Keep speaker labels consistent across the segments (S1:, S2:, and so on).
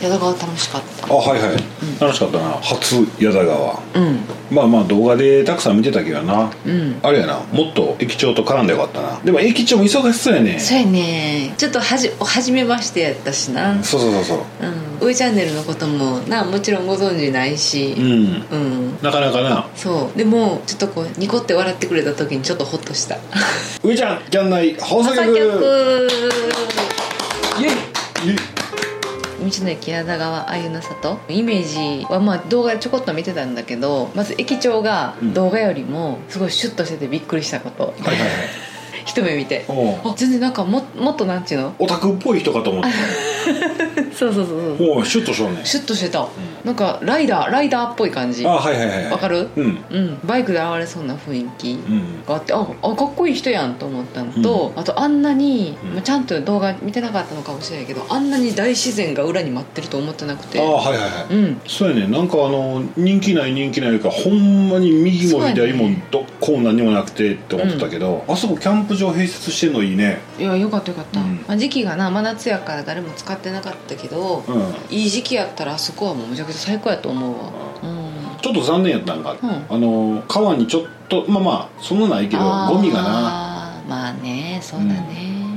S1: 宿川楽しかった
S2: あはいはい、
S3: 楽しかったな
S2: 初矢田川
S1: うん
S3: まあまあ動画でたくさん見てたけどな、
S1: うん
S2: あれやなもっと駅長と絡んでよかったなでも駅長も忙しそうやね
S1: そうやねちょっとはじお初めましてやったしなうん
S2: そうそうそうそ
S1: 「
S2: う
S1: ウイチャンネル」のこともなもちろんご存知ないし
S2: うん
S1: うん、
S2: なかなかな
S1: そうでもちょっとこうニコって笑ってくれた時にちょっとホッと した
S2: 上ちゃんキャン内放送
S1: 朝
S2: 局
S1: 曲
S2: イエイイエイ
S1: 道の駅矢田川あゆな里イメージはまあ動画でちょこっと見てたんだけどまず駅長が
S2: うん
S1: 動画よりもすごいシュッとしててびっくりしたこと、
S2: はいはいはい
S1: 一目見て
S2: おう
S1: あ全然なんかももっとなんちゅうの
S2: オタクっぽい人かと 思っ
S1: そうそうそう
S2: た
S1: そう
S2: もうシュッとしようね
S1: シュッとしてた、なんかライダーライダーっぽい感じ
S2: あ
S1: わ
S2: はいはいはい
S1: かる
S2: うん
S1: うんバイクで現れそうな雰囲気、
S2: うん
S1: があってああかっこいい人やんと思ったのと、あとあんなに、
S2: うん
S1: まあちゃんと動画見てなかったのかもしれないけどあんなに大自然が裏に待ってると思ってなくて
S2: あはいはいはい
S1: うん
S2: そうやねなんかあの人気ない人気ないかほんまに右も
S1: そう
S2: 左
S1: や
S2: も
S1: ね
S2: どっこも何もなくてって思ってたけど、あそこキャンプ場併設してんのいいね
S1: いやよかったよかった、
S2: うん
S1: まあ、時期がな真夏やから誰も使ってなかったけど、
S2: うん
S1: いい時期やったらあそこはもうむちゃくちゃ最高やと思うわうん
S2: ちょっと残念やったんが、
S1: うん
S2: あの川にちょっとまあまあそんなないけど
S1: あー
S2: ゴミがな
S1: まあねそうだね、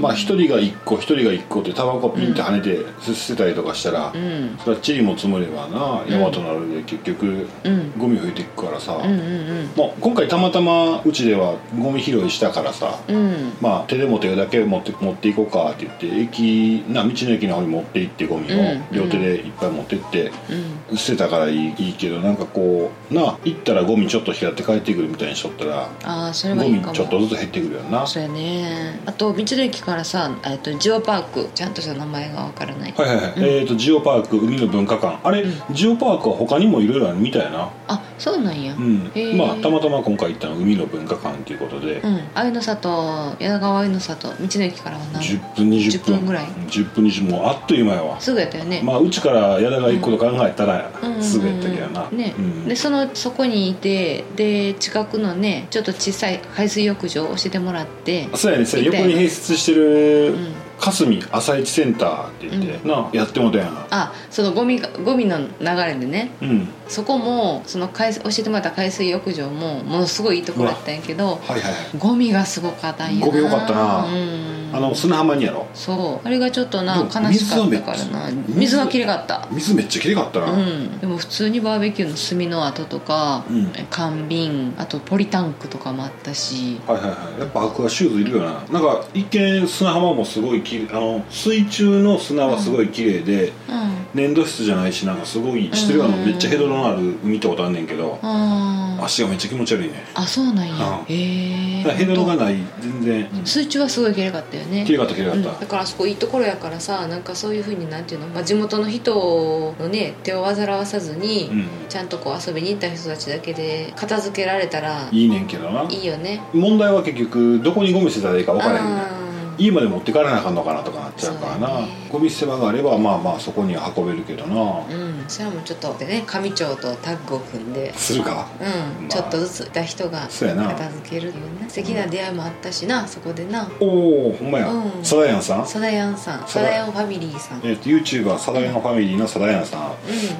S2: まあ一人が一個一人が一個ってタバコピンって跳ねてす捨てたりとかしたら、
S1: うん
S2: それはチリも積もればな山となるで結局
S1: うん
S2: ゴミ増えていくからさ、
S1: うんうん
S2: まあ、今回たまたまうちではゴミ拾いしたからさ、
S1: うんうん
S2: まあ、手で持てるだけ持って持っていこうかって言って駅な道の駅の方に持って行ってゴミを
S1: うん
S2: 両手でいっぱい持ってって、
S1: うん
S2: 捨てたからいいいいけどなんかこうな行ったらゴミちょっと拾って帰ってくるみたいにしとったら
S1: ああそれ
S2: ゴ
S1: はいい
S2: ミ
S1: かも
S2: ちょっとずつ減ってくるよな
S1: そうやねあと道の駅からさ、えっとジオパークちゃんとした名前がわからない、
S2: はいはいはい、えー、とジオパーク海の文化館あれ、
S1: うん
S2: ジオパークは他にもいろいろあるみたいな
S1: あそうなんやう、
S2: うんん
S1: へー
S2: まあたまたま今回行ったのは海の文化館っていうことで、
S1: あゆの里柳川あゆの里道の駅からはな
S2: 10分20分
S1: 10分ぐらい
S2: 10分20分もうあっという間やわ
S1: すぐやったよね、
S2: まあうちから矢田が行くこと考えたら
S1: うんうんうん
S2: すぐやったけどな、うん
S1: ねでそのそこにいてで近くのねちょっと小さい海水浴場を教えてもらって
S2: そうやねそれ横に併設して
S1: う
S2: る
S1: ん
S2: 霞朝市センターって言って、
S1: う
S2: なやってもうたやん
S1: あそのゴミがゴミの流れでね
S2: うん
S1: そこもその海水教えてもらった海水浴場もものすごいいいところだったんやけど
S2: はいはい
S1: ゴミがすごかったんやな
S2: ゴミ多かったな
S1: うん、
S2: あの砂浜にやろ
S1: そうあれがちょっとな
S2: で
S1: 悲
S2: も
S1: しかったからな
S2: 水はめっ
S1: 水はき
S2: ちゃ
S1: れかった
S2: 水めっちゃきれかったな、
S1: うん、でも普通にバーベキューの炭の跡とか、
S2: うん
S1: 缶瓶あとポリタンクとかもあったし
S2: はいはいはいやっぱアクアシューズいるよななんか一見砂浜もすごいきれあの水中の砂はすごい綺麗で、
S1: うん
S2: 粘土質じゃないしなんかすごいしてるような
S1: うん
S2: めっちゃヘドロのある海ってことあんねんけど
S1: あー
S2: 足がめっちゃ気持ち悪いね
S1: あそうなんや
S2: う
S1: へえ
S2: だからヘドロがない全然
S1: 水中はすごいきれかったよね
S2: 綺麗かった綺麗か
S1: うん、
S2: っ
S1: だ
S2: た、
S1: からあそこいいところやからさなんかそういうふうになんていうの、まあ、地元の人のね手を煩わさずに、
S2: うん
S1: ちゃんとこう遊びに行った人たちだけで片付けられたら
S2: いいねんけどない
S1: いよね
S2: 問題は結局どこにゴミ捨てたらいいか分からへんねん
S1: あー
S2: 家まで持ってからなあかんのかなとかなっちゃうからな
S1: そうだね
S2: ゴミ捨て場があればまあまあそこには運べるけどな、
S1: うん、それはもうちょっとでね上町とタッグを組んで、
S2: するか
S1: うん
S2: まあ
S1: ちょっとずついた人が
S2: そうやな
S1: 片付けるっていうね素敵な出会いもあったしなそこでな
S2: おおほんまや、
S1: うん
S2: サダヤンさん
S1: サダヤンさん
S2: サ
S1: サ
S2: ダ
S1: ダヤンファミリーさんうん
S2: えっ、と YouTuber サダヤンファミリーのサダヤンさん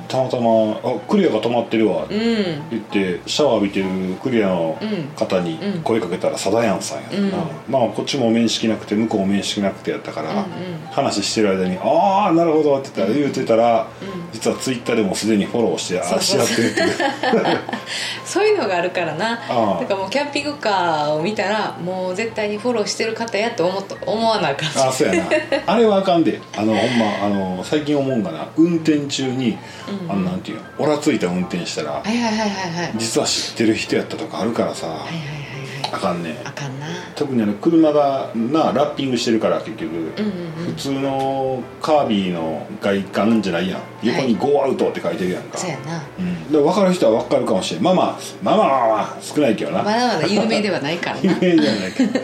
S2: たまたま「あクリアが止まってるわ」って
S1: うん
S2: 言ってシャワー浴びてるクリアの
S1: うん
S2: 方に
S1: うん
S2: 声かけたらサダヤンさんやった
S1: う
S2: な、
S1: ん
S2: まあこっちも面識なくて向こうも面識なくてやったから、
S1: うんうん
S2: 話してる間に「ああなるほど」って言ったら言ってたら、
S1: ん
S2: 実はツイッターでもすでにフォローしてあ
S1: そう
S2: あ
S1: そ
S2: し
S1: う
S2: 合ってるっていう
S1: そういうのがあるからな
S2: ああ
S1: だからもうキャンピングカーを見たらもう絶対にフォローしてる方やと思っと思わなあかん
S2: ああそう やなあれはあかんであのほんまあの最近思うんがな運転中に、
S1: うん
S2: あのなんていうのオラついた運転したら
S1: はいはいはいはいはいはいはい
S2: 実は知ってる人やったとかあるからさ、
S1: はいはい
S2: あかんねん
S1: あかんな
S2: 特にあの車がなラッピングしてるから結局、
S1: うんうんう
S2: 普
S1: ん
S2: 通のカービィの外観じゃないやん横に「ゴーアウト」って書いてるやんか、
S1: そうやな
S2: うんで分かる人は分かるかもしれんまあまあまあまあまあまあ少ないけどな、
S1: まだまだ有名ではないからな い
S2: 有名じゃないけど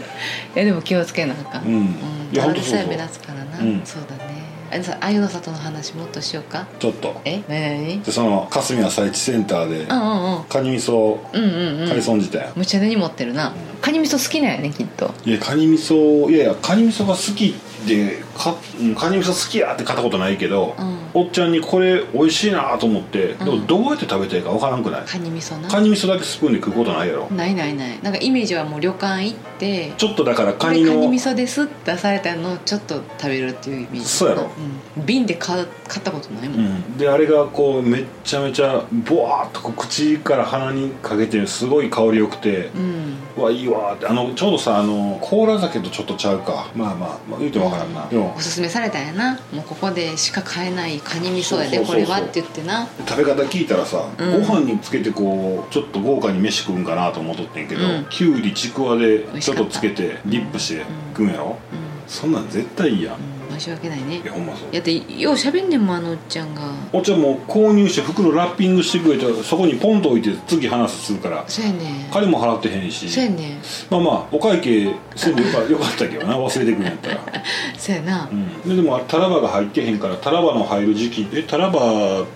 S1: やでも気をつけなあかん
S2: うん、
S1: うん、
S2: いや
S1: ただ
S2: ほん
S1: で
S2: とそ
S1: さえ
S2: うそう
S1: 目立つからな、
S2: うん
S1: そうだねあゆさあゆの里の話もっとしようか
S2: ちょっと
S1: え何
S2: でその霞朝市センターで
S1: 々
S2: カニ味噌
S1: うんうんうんうんうん
S2: 海損じたやん、
S1: むちゃに持ってるなカニ味噌好きなんやねきっと
S2: いやカニ味噌いやいやカニ味噌が好きでかうんカニ味噌好きやって買ったことないけど、
S1: うん
S2: おっちゃんにこれ美味しいなと思って、でもどうやって食べていいか分からんくない、
S1: カニ味噌な
S2: カニ味噌だけスプーンで食うことないやろ、
S1: ないないないなんかイメージはもう旅館行って
S2: ちょっとだからカ
S1: カ
S2: ニ
S1: ニカニ
S2: の
S1: 味噌ですって出されたのをちょっと食べるっていうイメージ
S2: そうやろ、
S1: うん、瓶で買買ったことないもん、
S2: うん、であれがこうめっちゃめちゃボワーっとこう口から鼻にかけてすごい香りよくて、
S1: うん
S2: うわいいわーってあのちょうどさあの甲羅酒とちょっとちゃうかまあまあ、まあ、言うてもわからんな、でも
S1: おすすめされたんやなもうここでしか買えないカニ味噌やで
S2: そ
S1: こ
S2: うそうそうそ
S1: れ
S2: う
S1: はって言ってな
S2: 食べ方聞いたらさ、
S1: うん
S2: ご飯につけてこうちょっと豪華に飯食うんかなと思っとってんけど、
S1: うん
S2: きゅうりちくわで
S1: 味
S2: ち
S1: し
S2: ょっ
S1: か
S2: と
S1: った
S2: つけてディップして食うんやろ、
S1: うん
S2: そんなん絶対いいやん、い
S1: うん申し訳ないね
S2: やほんまそう
S1: やってようしゃべんねんもんあのおっちゃんが
S2: お茶もう購入して袋ラッピングしてくれてそこにポンと置いて次話すするから
S1: そうやねん
S2: 金も払ってへんし
S1: そうやねん
S2: まあまあお会計せんでよかよかったけどな忘れてくんやったら、
S1: そうやな
S2: うん、ででもあれタラバが入ってへんからタラバの入る時期えタラバ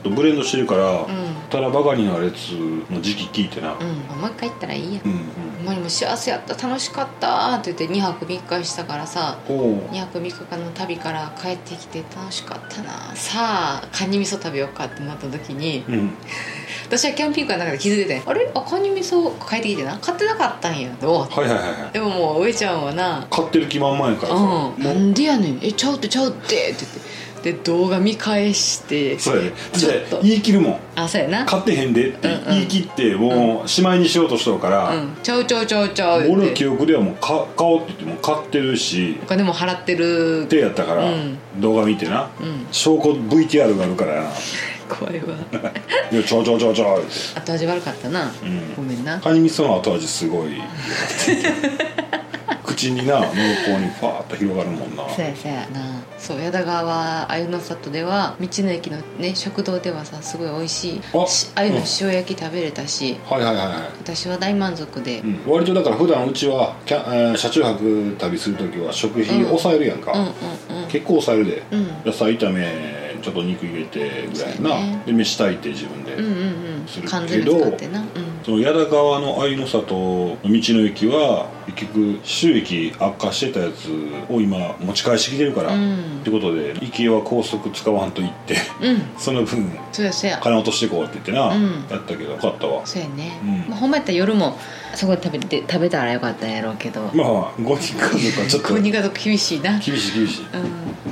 S2: とブレンドしてるから、
S1: うん
S2: タラバガニのやつの時期聞いてな
S1: うん、もう一回行ったらいいや
S2: うん、
S1: ほんまにもう幸せやった楽しかったって言って2泊3日したからさ
S2: うん、おう
S1: 2泊3日間の旅から帰ってきて楽しかったなさあカニ味噌食べようかってなった時に
S2: うん
S1: 私はキャンピングカーの中で気づいててあれあカニ味噌帰ってきてな買ってなかったんやおう
S2: はいはいはいはい
S1: でももう上ちゃんはな
S2: 買ってる気満々やからさ、
S1: うん、な
S2: もうん
S1: でやねんえちゃうってちゃうってって言ってで動画見返して
S2: そうやで
S1: ちょっ
S2: だっ
S1: と
S2: て言い切るもん
S1: あそうやな
S2: 買ってへんでって
S1: うんうん
S2: 言い切ってもうしまいにしようとしとるから、
S1: うんちゃうちゃうちゃうちゃうって
S2: 俺の記憶ではもうか買おうって言ってもう買ってるし
S1: お金も払ってる
S2: 手やったから、
S1: うん
S2: 動画見てな、
S1: うん
S2: 証拠 VTR があるからな
S1: 怖いわ
S2: 「いやちょちょちょちょ」って
S1: 後味悪かったな、
S2: ん
S1: ごめんな
S2: カニ味噌の後味す ごい口にな濃厚にファーッと広がるもんな
S1: そやそやなそう矢田川鮎の里では道の駅のね食堂ではさすごい美味しい
S2: あ
S1: し鮎の塩焼き食べれたし、
S2: はいはいはいはい
S1: 私は大満足で、
S2: うん割とだから普段うちはキャ、えー車中泊旅する時は食費抑えるやんか、
S1: うん、うん
S2: 結構抑えるで、
S1: うん
S2: 野菜炒めちょっと肉入れてぐらい
S1: そう
S2: な、
S1: やね
S2: で飯炊いて自分で、
S1: うんうんうんうん
S2: するけど
S1: 缶詰使ってなうん
S2: その矢田川の愛の里の道の駅は結局収益悪化してたやつを今持ち返してきてるから、
S1: うん
S2: ってことで行きは高速使わんと行って
S1: うん
S2: その分
S1: そうやそうや
S2: 金落としてこうって言ってな、
S1: うん
S2: やったけどよかったわ
S1: そうやね、
S2: うん
S1: まあ、ほんまやったら夜もそこで食べて食べたらよかったんやろうけど、
S2: まあ5人家族はちょっと
S1: 購入
S2: 厳
S1: がど厳しいな
S2: しい厳しい
S1: うん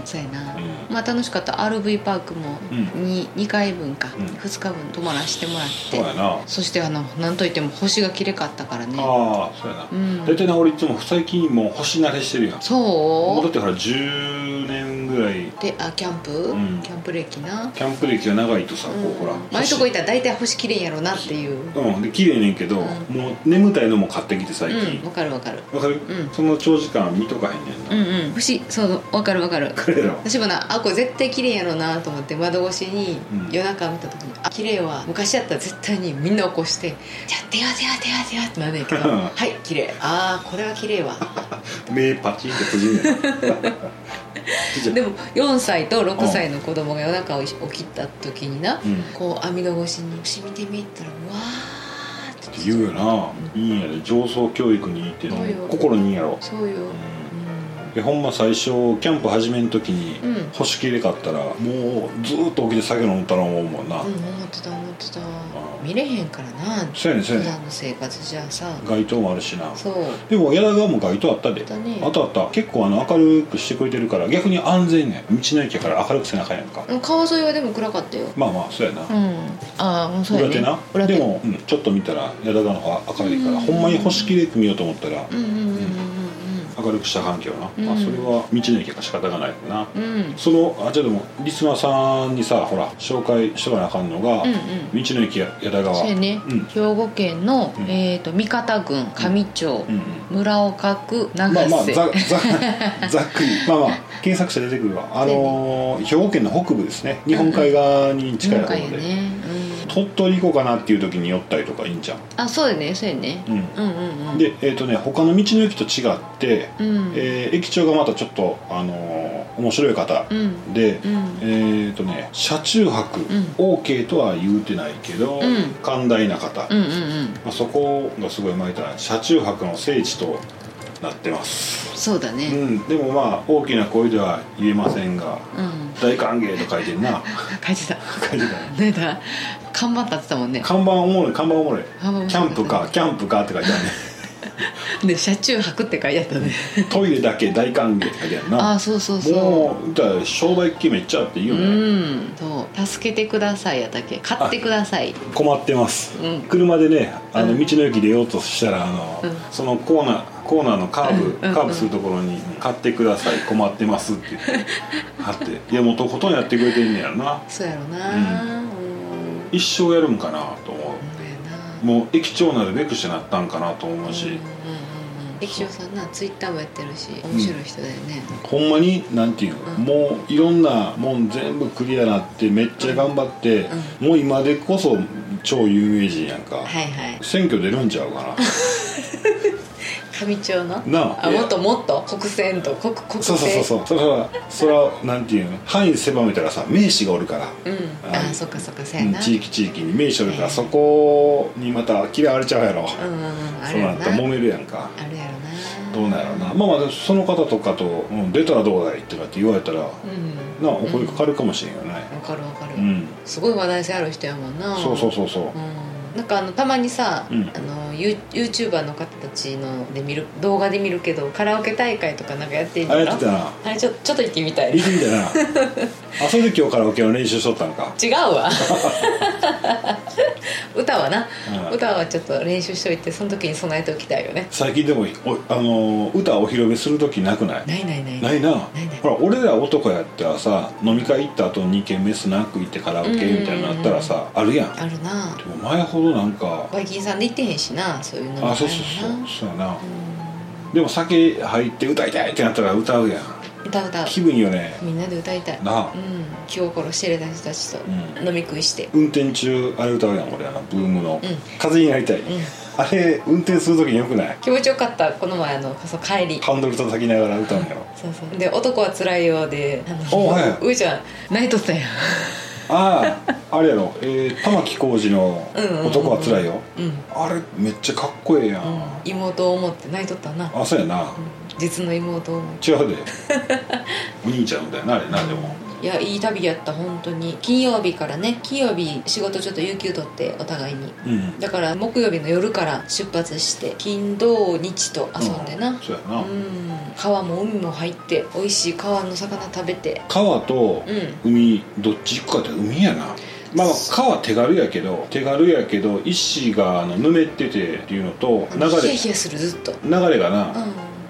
S1: そうやな、
S2: う
S1: まあ楽しかった RV パークも
S2: うん
S1: 2,、二回分か、
S2: うん
S1: 2日分泊まらしてもらっ
S2: そう
S1: て
S2: やなあ
S1: そしてあのなんといっても星が綺麗かったからね
S2: あそうやな
S1: うん
S2: 大体、な俺いつも最近もう星慣れしてるやんもうだ
S1: そ
S2: ってほら10年ぐらいう
S1: であキャンプ、
S2: うん
S1: キャンプ歴な、
S2: キャンプ歴が長いとさ、こうほら
S1: うん前とこ行ったら大体星綺麗やろうなっていう
S2: うんで綺麗ねんけど、
S1: う
S2: もう眠たいのも買ってきて最
S1: うん
S2: 近
S1: わ、かるわかる
S2: わかる、
S1: うん
S2: その長時間見とかへんねんな、
S1: うんうん星そうわかるわかる
S2: 彼らは
S1: 私もなあこれ絶対綺麗やろうなと思って窓越しに
S2: うん
S1: 夜中見た時に「あ綺麗は昔やったら絶対にみんな起こして「じゃあ出よう出よう出よう出よう」ってなんねんけど「
S2: う
S1: は
S2: ん
S1: い綺麗ああこれは綺麗 わ」
S2: 目パチンって閉じんねんな ちっちゃい
S1: でも4歳と6歳の子供が夜中起きた時にな、
S2: うん
S1: こう網戸越しに「しみてみ」ったら「うわー」って
S2: って言うよないいんやで上層教育にいいって
S1: そうよ
S2: 心にいいんやろ、
S1: そうよ、
S2: うんいやほんま最初キャンプ始めん時に、
S1: うん
S2: 星切れかったらもうずーっと起きて酒飲んだら思うもんな、
S1: うん、うん、思ってた思ってた
S2: ん
S1: 見れへんからな
S2: そうやねんそう
S1: 普
S2: やね
S1: 段の生活じゃさ
S2: ん街灯もあるしな
S1: そう
S2: でも矢田川も街灯あったで
S1: だね
S2: あったあった結構あの明るくしてくれてるから逆に安全ねん道の駅やから明るくせなあかんやんか、
S1: うん川沿いはでも暗かったよ
S2: まあまあそうやな、
S1: うん、ああもうそうや
S2: 裏
S1: ね
S2: 手な
S1: 裏手
S2: でも、うんちょっと見たら矢田川の方が明るいから、
S1: うん
S2: ほんまに星切れて見ようと思ったら、
S1: うんうんうん
S2: 明るくした環境な、
S1: うん
S2: まあ、それは道の駅やから仕方がないよな、
S1: うんうんうんうん
S2: そのあじゃあでもリスナーさんにさほら紹介しとかなあかんのが、
S1: うん
S2: 道の駅や矢田川
S1: そうやね、
S2: うん
S1: 兵庫県の、
S2: うん
S1: えー、と三方郡上町、
S2: うんうん
S1: 村岡区長
S2: まあ
S1: 瀬、
S2: まあざざ ざっくりまあまあ検索して出てくるわあのー兵庫県の北部ですね日本海側に近い
S1: 今
S2: ところ
S1: 回
S2: で、
S1: やね、うん、
S2: 鳥取行こうかなっていう時に寄ったりとかいいんじゃん、
S1: あそうやねそうやね、
S2: うん
S1: うん、うんうん
S2: でえっ、とね他の道の駅と違って、
S1: うん
S2: えー駅長がまたちょっと、あのー面白い方
S1: うん
S2: で、
S1: うん
S2: えっ、とね車中泊、OK とは言うてないけど、
S1: うん
S2: 寛大な方、
S1: うんうんうん
S2: まあ、そこがすごい前から車中泊の聖地となってます、
S1: そうだ
S2: う
S1: ね
S2: ん、でもまあ大きな声では言えませんが
S1: うん
S2: 大歓迎と書いてんな
S1: 書いてた
S2: 書いてたね
S1: 何だ看板立ってたもんね
S2: 看板おもろい看板おもろい
S1: 看板おもろい
S2: キャンプかキャンプかって書いてあるね
S1: で車中泊って書いてあったね
S2: トイレだけ大歓迎って書いてある
S1: あ
S2: な
S1: あそうそうそう
S2: もう言ったら商売機めっちゃあっていいよ
S1: う
S2: ね、
S1: んそう「助けてください」やったっけ「買ってください」
S2: 困ってます、
S1: うん
S2: 車でねあの
S1: うん
S2: 道の駅出ようとしたらあの、
S1: うん
S2: そのコーナーコーナーのカーブ、
S1: うんうん
S2: カーブするところに「買ってください困ってます」って言って 貼っていやもうとことんやってくれてんねやろな
S1: そうやろなうん
S2: 一生やるんかな
S1: ほ
S2: と思
S1: んまやな
S2: うもう駅長なるべくしてなったんかなと思うし、
S1: うんうんうんうん駅長さんなツイッターもやってるし面白い人だよね、
S2: ほんまになんていうの、
S1: うん
S2: もういろんなもん全部クリアなってめっちゃ頑張って、もう今でこそ超有名人やんか、
S1: はいはい
S2: 選挙出るんちゃうかな
S1: 上町の
S2: なあ
S1: あもっともっと国選と国国
S2: そうそうそうそうそれはそれはなんていうの範囲狭めたらさ名士がおるから、
S1: ううん
S2: あ
S1: あ
S2: の
S1: そっかそっかそう
S2: う
S1: や
S2: ん
S1: な、
S2: 地域地域に名士おるから、
S1: ええ
S2: そこにまた嫌われちゃうやろ、
S1: うんうんうんあ
S2: そ
S1: る
S2: う
S1: や
S2: な
S1: ろ
S2: った
S1: な
S2: ら揉めるやんか
S1: あるやろな
S2: どうなんやろうなまあまあその方とかと、うん、出たらどうだいとかって言われたら、な
S1: うん
S2: あお声かかるかもしれんよね
S1: わかるわかる、
S2: うん、
S1: すごい話題性ある人やもんな
S2: そうそうそうそう、
S1: うんなんかあのたまにさ、
S2: うん
S1: あのユー YouTuber の方たちので見る動画で見るけどカラオケ大会とかなんかやってん
S2: あ
S1: の
S2: れ
S1: か
S2: やってたな
S1: あれちょちょっと行ってみたい
S2: 行ってみたな あそれで今日カラオケの練習しとったんか
S1: 違う わ歌はな、
S2: うん
S1: 歌はちょっと練習しといてその時に備えておきたいよね
S2: 最近でもおあのー歌お披露目する時なくない
S1: ないないない
S2: ないな
S1: ないない
S2: ほら俺ら男やったらさ飲み会行った後に2軒目スナック行ってカラオケみたいなのあったらさあるやんで
S1: あるな
S2: も前ほどなんか
S1: バイキンさんで行ってへんしなそういうの
S2: あ
S1: も
S2: そう
S1: る
S2: そう
S1: な
S2: そうそうやな
S1: う
S2: でも酒入って歌いたいってなったら歌うやん
S1: ん歌う歌う
S2: 気分よね
S1: みんなで歌いたい
S2: なあ
S1: うん気心知れた人たちと
S2: う
S1: 飲み食いして
S2: 運転中あれ歌うやん俺あのブームの
S1: うん
S2: 風になりたい
S1: うん
S2: あれ運転する時によくない
S1: 気持ちよかったこの前あのそう帰り
S2: ハンドル叩きながら歌うんやろ
S1: そうそうで「男はつらいよ」であの
S2: おはいう
S1: ーちゃん泣いとったやん
S2: あああれやろ、えー、玉置浩二の
S1: うんうんうん
S2: 「男はつらいよ
S1: うん、うん」
S2: あれめっちゃかっこええやん、
S1: 妹を思って泣いとったな
S2: あそうやな、
S1: 実の妹を思っ
S2: 違うで お兄ちゃんみたいなあれなでも
S1: ていやいい旅やった本当に金曜日からね金曜日仕事ちょっと有給取ってお互いに
S2: うん
S1: だから木曜日の夜から出発して金土日と遊んでな
S2: そうや
S1: う
S2: な、
S1: ん、川も海も入って美味しい川の魚食べて
S2: 川と
S1: うん
S2: 海どっち行くかって海やなまあ川手軽やけど手軽やけど石があのぬめっててっていうのと
S1: あ
S2: 流
S1: のヒヤ
S2: れ
S1: ヒヤするずっと
S2: 流れがな、
S1: う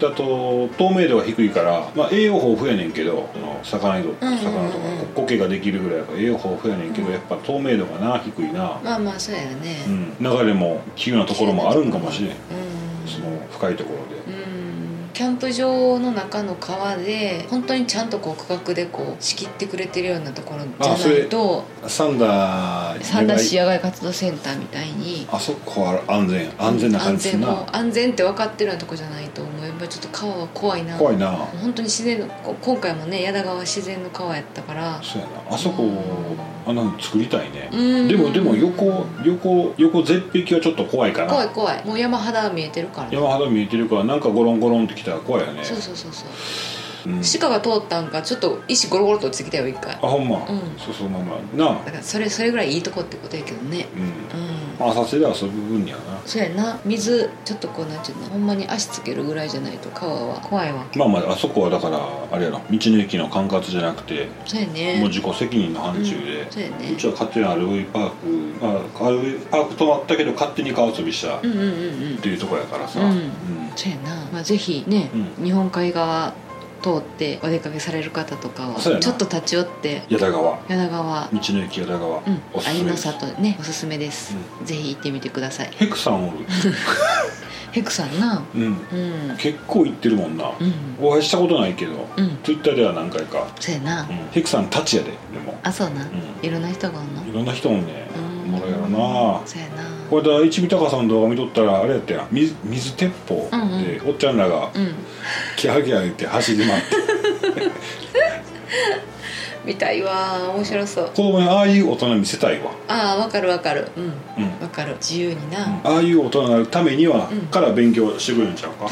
S2: だと透明度が低いから、まあ、栄養豊富やねんけどその魚にと
S1: うんうんうん
S2: 魚とか苔ができるぐらいやから栄養豊富やねんけど、やっぱ透明度がな低いな、
S1: んまあまあそうやよね
S2: うん、流れも急なところもあるんかもしれん
S1: うん
S2: その深いところで
S1: うんキャンプ場の中の川で本当にちゃんとこう区画でこう仕切ってくれてるようなところ
S2: あ
S1: じ
S2: そ
S1: ゃな
S2: れ
S1: いと
S2: サンダー
S1: 三田市野外活動センターみたいに
S2: あそこは安全安全な感じする
S1: 安全
S2: な
S1: も安全って分かってるようなとこじゃないと思えばちょっと川は怖いな
S2: 怖いな
S1: 本当に自然のこ今回もね矢田川は自然の川やったから
S2: そうやなあそこあんなの作りたいね
S1: うん
S2: でもでも横横横絶壁はちょっと怖いか
S1: 怖い
S2: な
S1: 怖いもう山肌は見えてるからね
S2: 山肌見えてるからなんかゴロンゴロンってきたら怖いよね
S1: そうそうそうそう
S2: うん
S1: 鹿が通ったんかちょっと石ゴロゴロと落ちてきたよ一回
S2: あほんま
S1: うん
S2: そうそうまあまあなあ
S1: だからそれそれぐらいいいとこってことやけどね
S2: うん
S1: うん
S2: まあ浅瀬で遊ぶ分にはな
S1: そうやな水ちょっとこうなんちゅうのほんまに足つけるぐらいじゃないと川は怖いわ
S2: まあまああそこはだからあれやろ道の駅の管轄じゃなくて
S1: そうやね
S2: もう自己責任の範疇で
S1: そうやね
S2: うちは勝手に RV パーク、まあ、RV パーク泊まったけど勝手に川遊びしたっ
S1: うんうんうんうん
S2: ていうとこやからさ、
S1: うん
S2: うん
S1: そうやな、まあ、ぜひね、
S2: う
S1: 日本海側通ってお出かけされる方とかは
S2: そうやな
S1: ちょっと立ち寄って
S2: 矢田川道
S1: 柳川
S2: の駅矢田川、
S1: うん
S2: おすす
S1: 有
S2: め
S1: の
S2: です
S1: 里ねおすすめです、ぜひ行ってみてください
S2: ヘクさんおる、
S1: ヘクさんな
S2: うん、
S1: うん
S2: 結構行ってるもんな、
S1: うん
S2: お会いしたことないけど、
S1: うん
S2: ツイッターでは何回か、
S1: そうやな、
S2: うんヘクさんたちやででも
S1: あそうな、
S2: ん
S1: いろんな人がおんの
S2: いろんな人もね
S1: うん
S2: もらやろな
S1: そうやな
S2: これだ一味高さんの動画見とったらあれやったやん水水鉄砲で、
S1: うんうん
S2: おっちゃんらが
S1: うん
S2: キャーキャー言って走り回って
S1: 見たいわ面白そう
S2: 子供にああいう大人見せたいわ、
S1: ああわかるわかるうん
S2: うん、
S1: わかる自由にな、
S2: ああいう大人になるためには、
S1: うん
S2: から勉強してくれるんちゃうか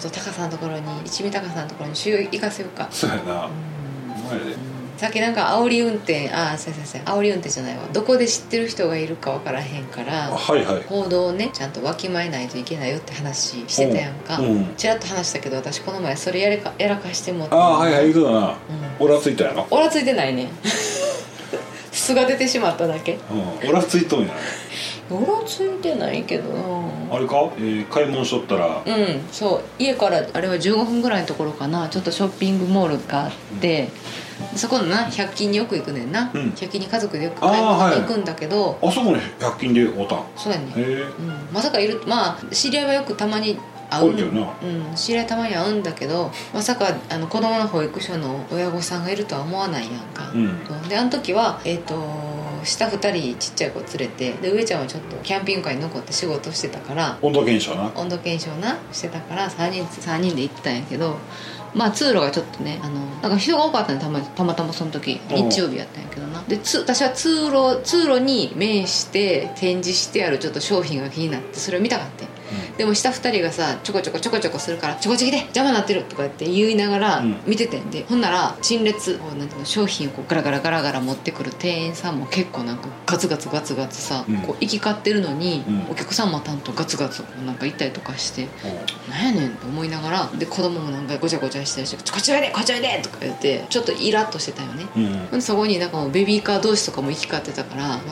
S1: とタカさんのところに一味タカさんのところに修行行かせようか
S2: そうやな
S1: うん
S2: 前で
S1: さっきなんか煽り運転ああ先生煽り運転じゃないわどこで知ってる人がいるかわからへんか
S2: あ
S1: ら
S2: はいはい
S1: 行動をねちゃんとわきまえないといけないよって話してたやんか、
S2: うん
S1: ちらっと話したけど私この前それやれかやらかしてもうて
S2: ああはいはい行くだな
S1: うん
S2: オラついたやろ
S1: おらついてないね素が出てしまっただけ
S2: うんオラついとんやね
S1: おらついてないけどな
S2: あれかえー買い物しとったら
S1: うんそう家からあれは15分ぐらいのところかなちょっとショッピングモールがあって、そこのな100均によく行くねんな、
S2: うん
S1: 100均に家族でよく
S2: あー
S1: 買い物に行
S2: は
S1: くんだけど、
S2: あそこに100均でおたんへ
S1: そうやね、
S2: え
S1: うん、まさかいるまあ知り合いはよくたまに会
S2: 多
S1: う
S2: いよな
S1: うん、知り合いたまに会うんだけどまさかあの子供の保育所の親御さんがいるとは思わないやんか、
S2: うん
S1: であの時はえっ、と下2人ちっちゃい子連れてで上ちゃんはちょっとキャンピングカーに残って仕事してたから
S2: 温度検証な
S1: 温度検証なしてたから3人三人で行ってたんやけどまあ通路がちょっとねあのなんか人が多かったねたまたまたまその時
S2: うん
S1: 日曜日やったんやけどなでつ私は通路通路に面して展示してあるちょっと商品が気になってそれを見たかったんや
S2: う
S1: でも下2人がさちょこちょこちょこちょこするから「ちょこちょきで邪魔になってる」とか言って言いながら
S2: うん
S1: 見ててんで、ほんなら陳列こうなんていうの商品をこうガラガラガラガラ持ってくる店員さんも結構なんかガツガツガツガツさ、
S2: うん
S1: こう行き交ってるのに、
S2: うん
S1: お客さんも担当ガツガツこうなんか行ったりとかして
S2: う
S1: なんやねんと思いながらで子供もなんかごちゃごちゃしたりして「こっちおいでこっちおいで!」とか言ってちょっとイラッとしてたよね
S2: んうん
S1: ほんでそこになんかもうベビーカー同士とかも行き交ってたからなんか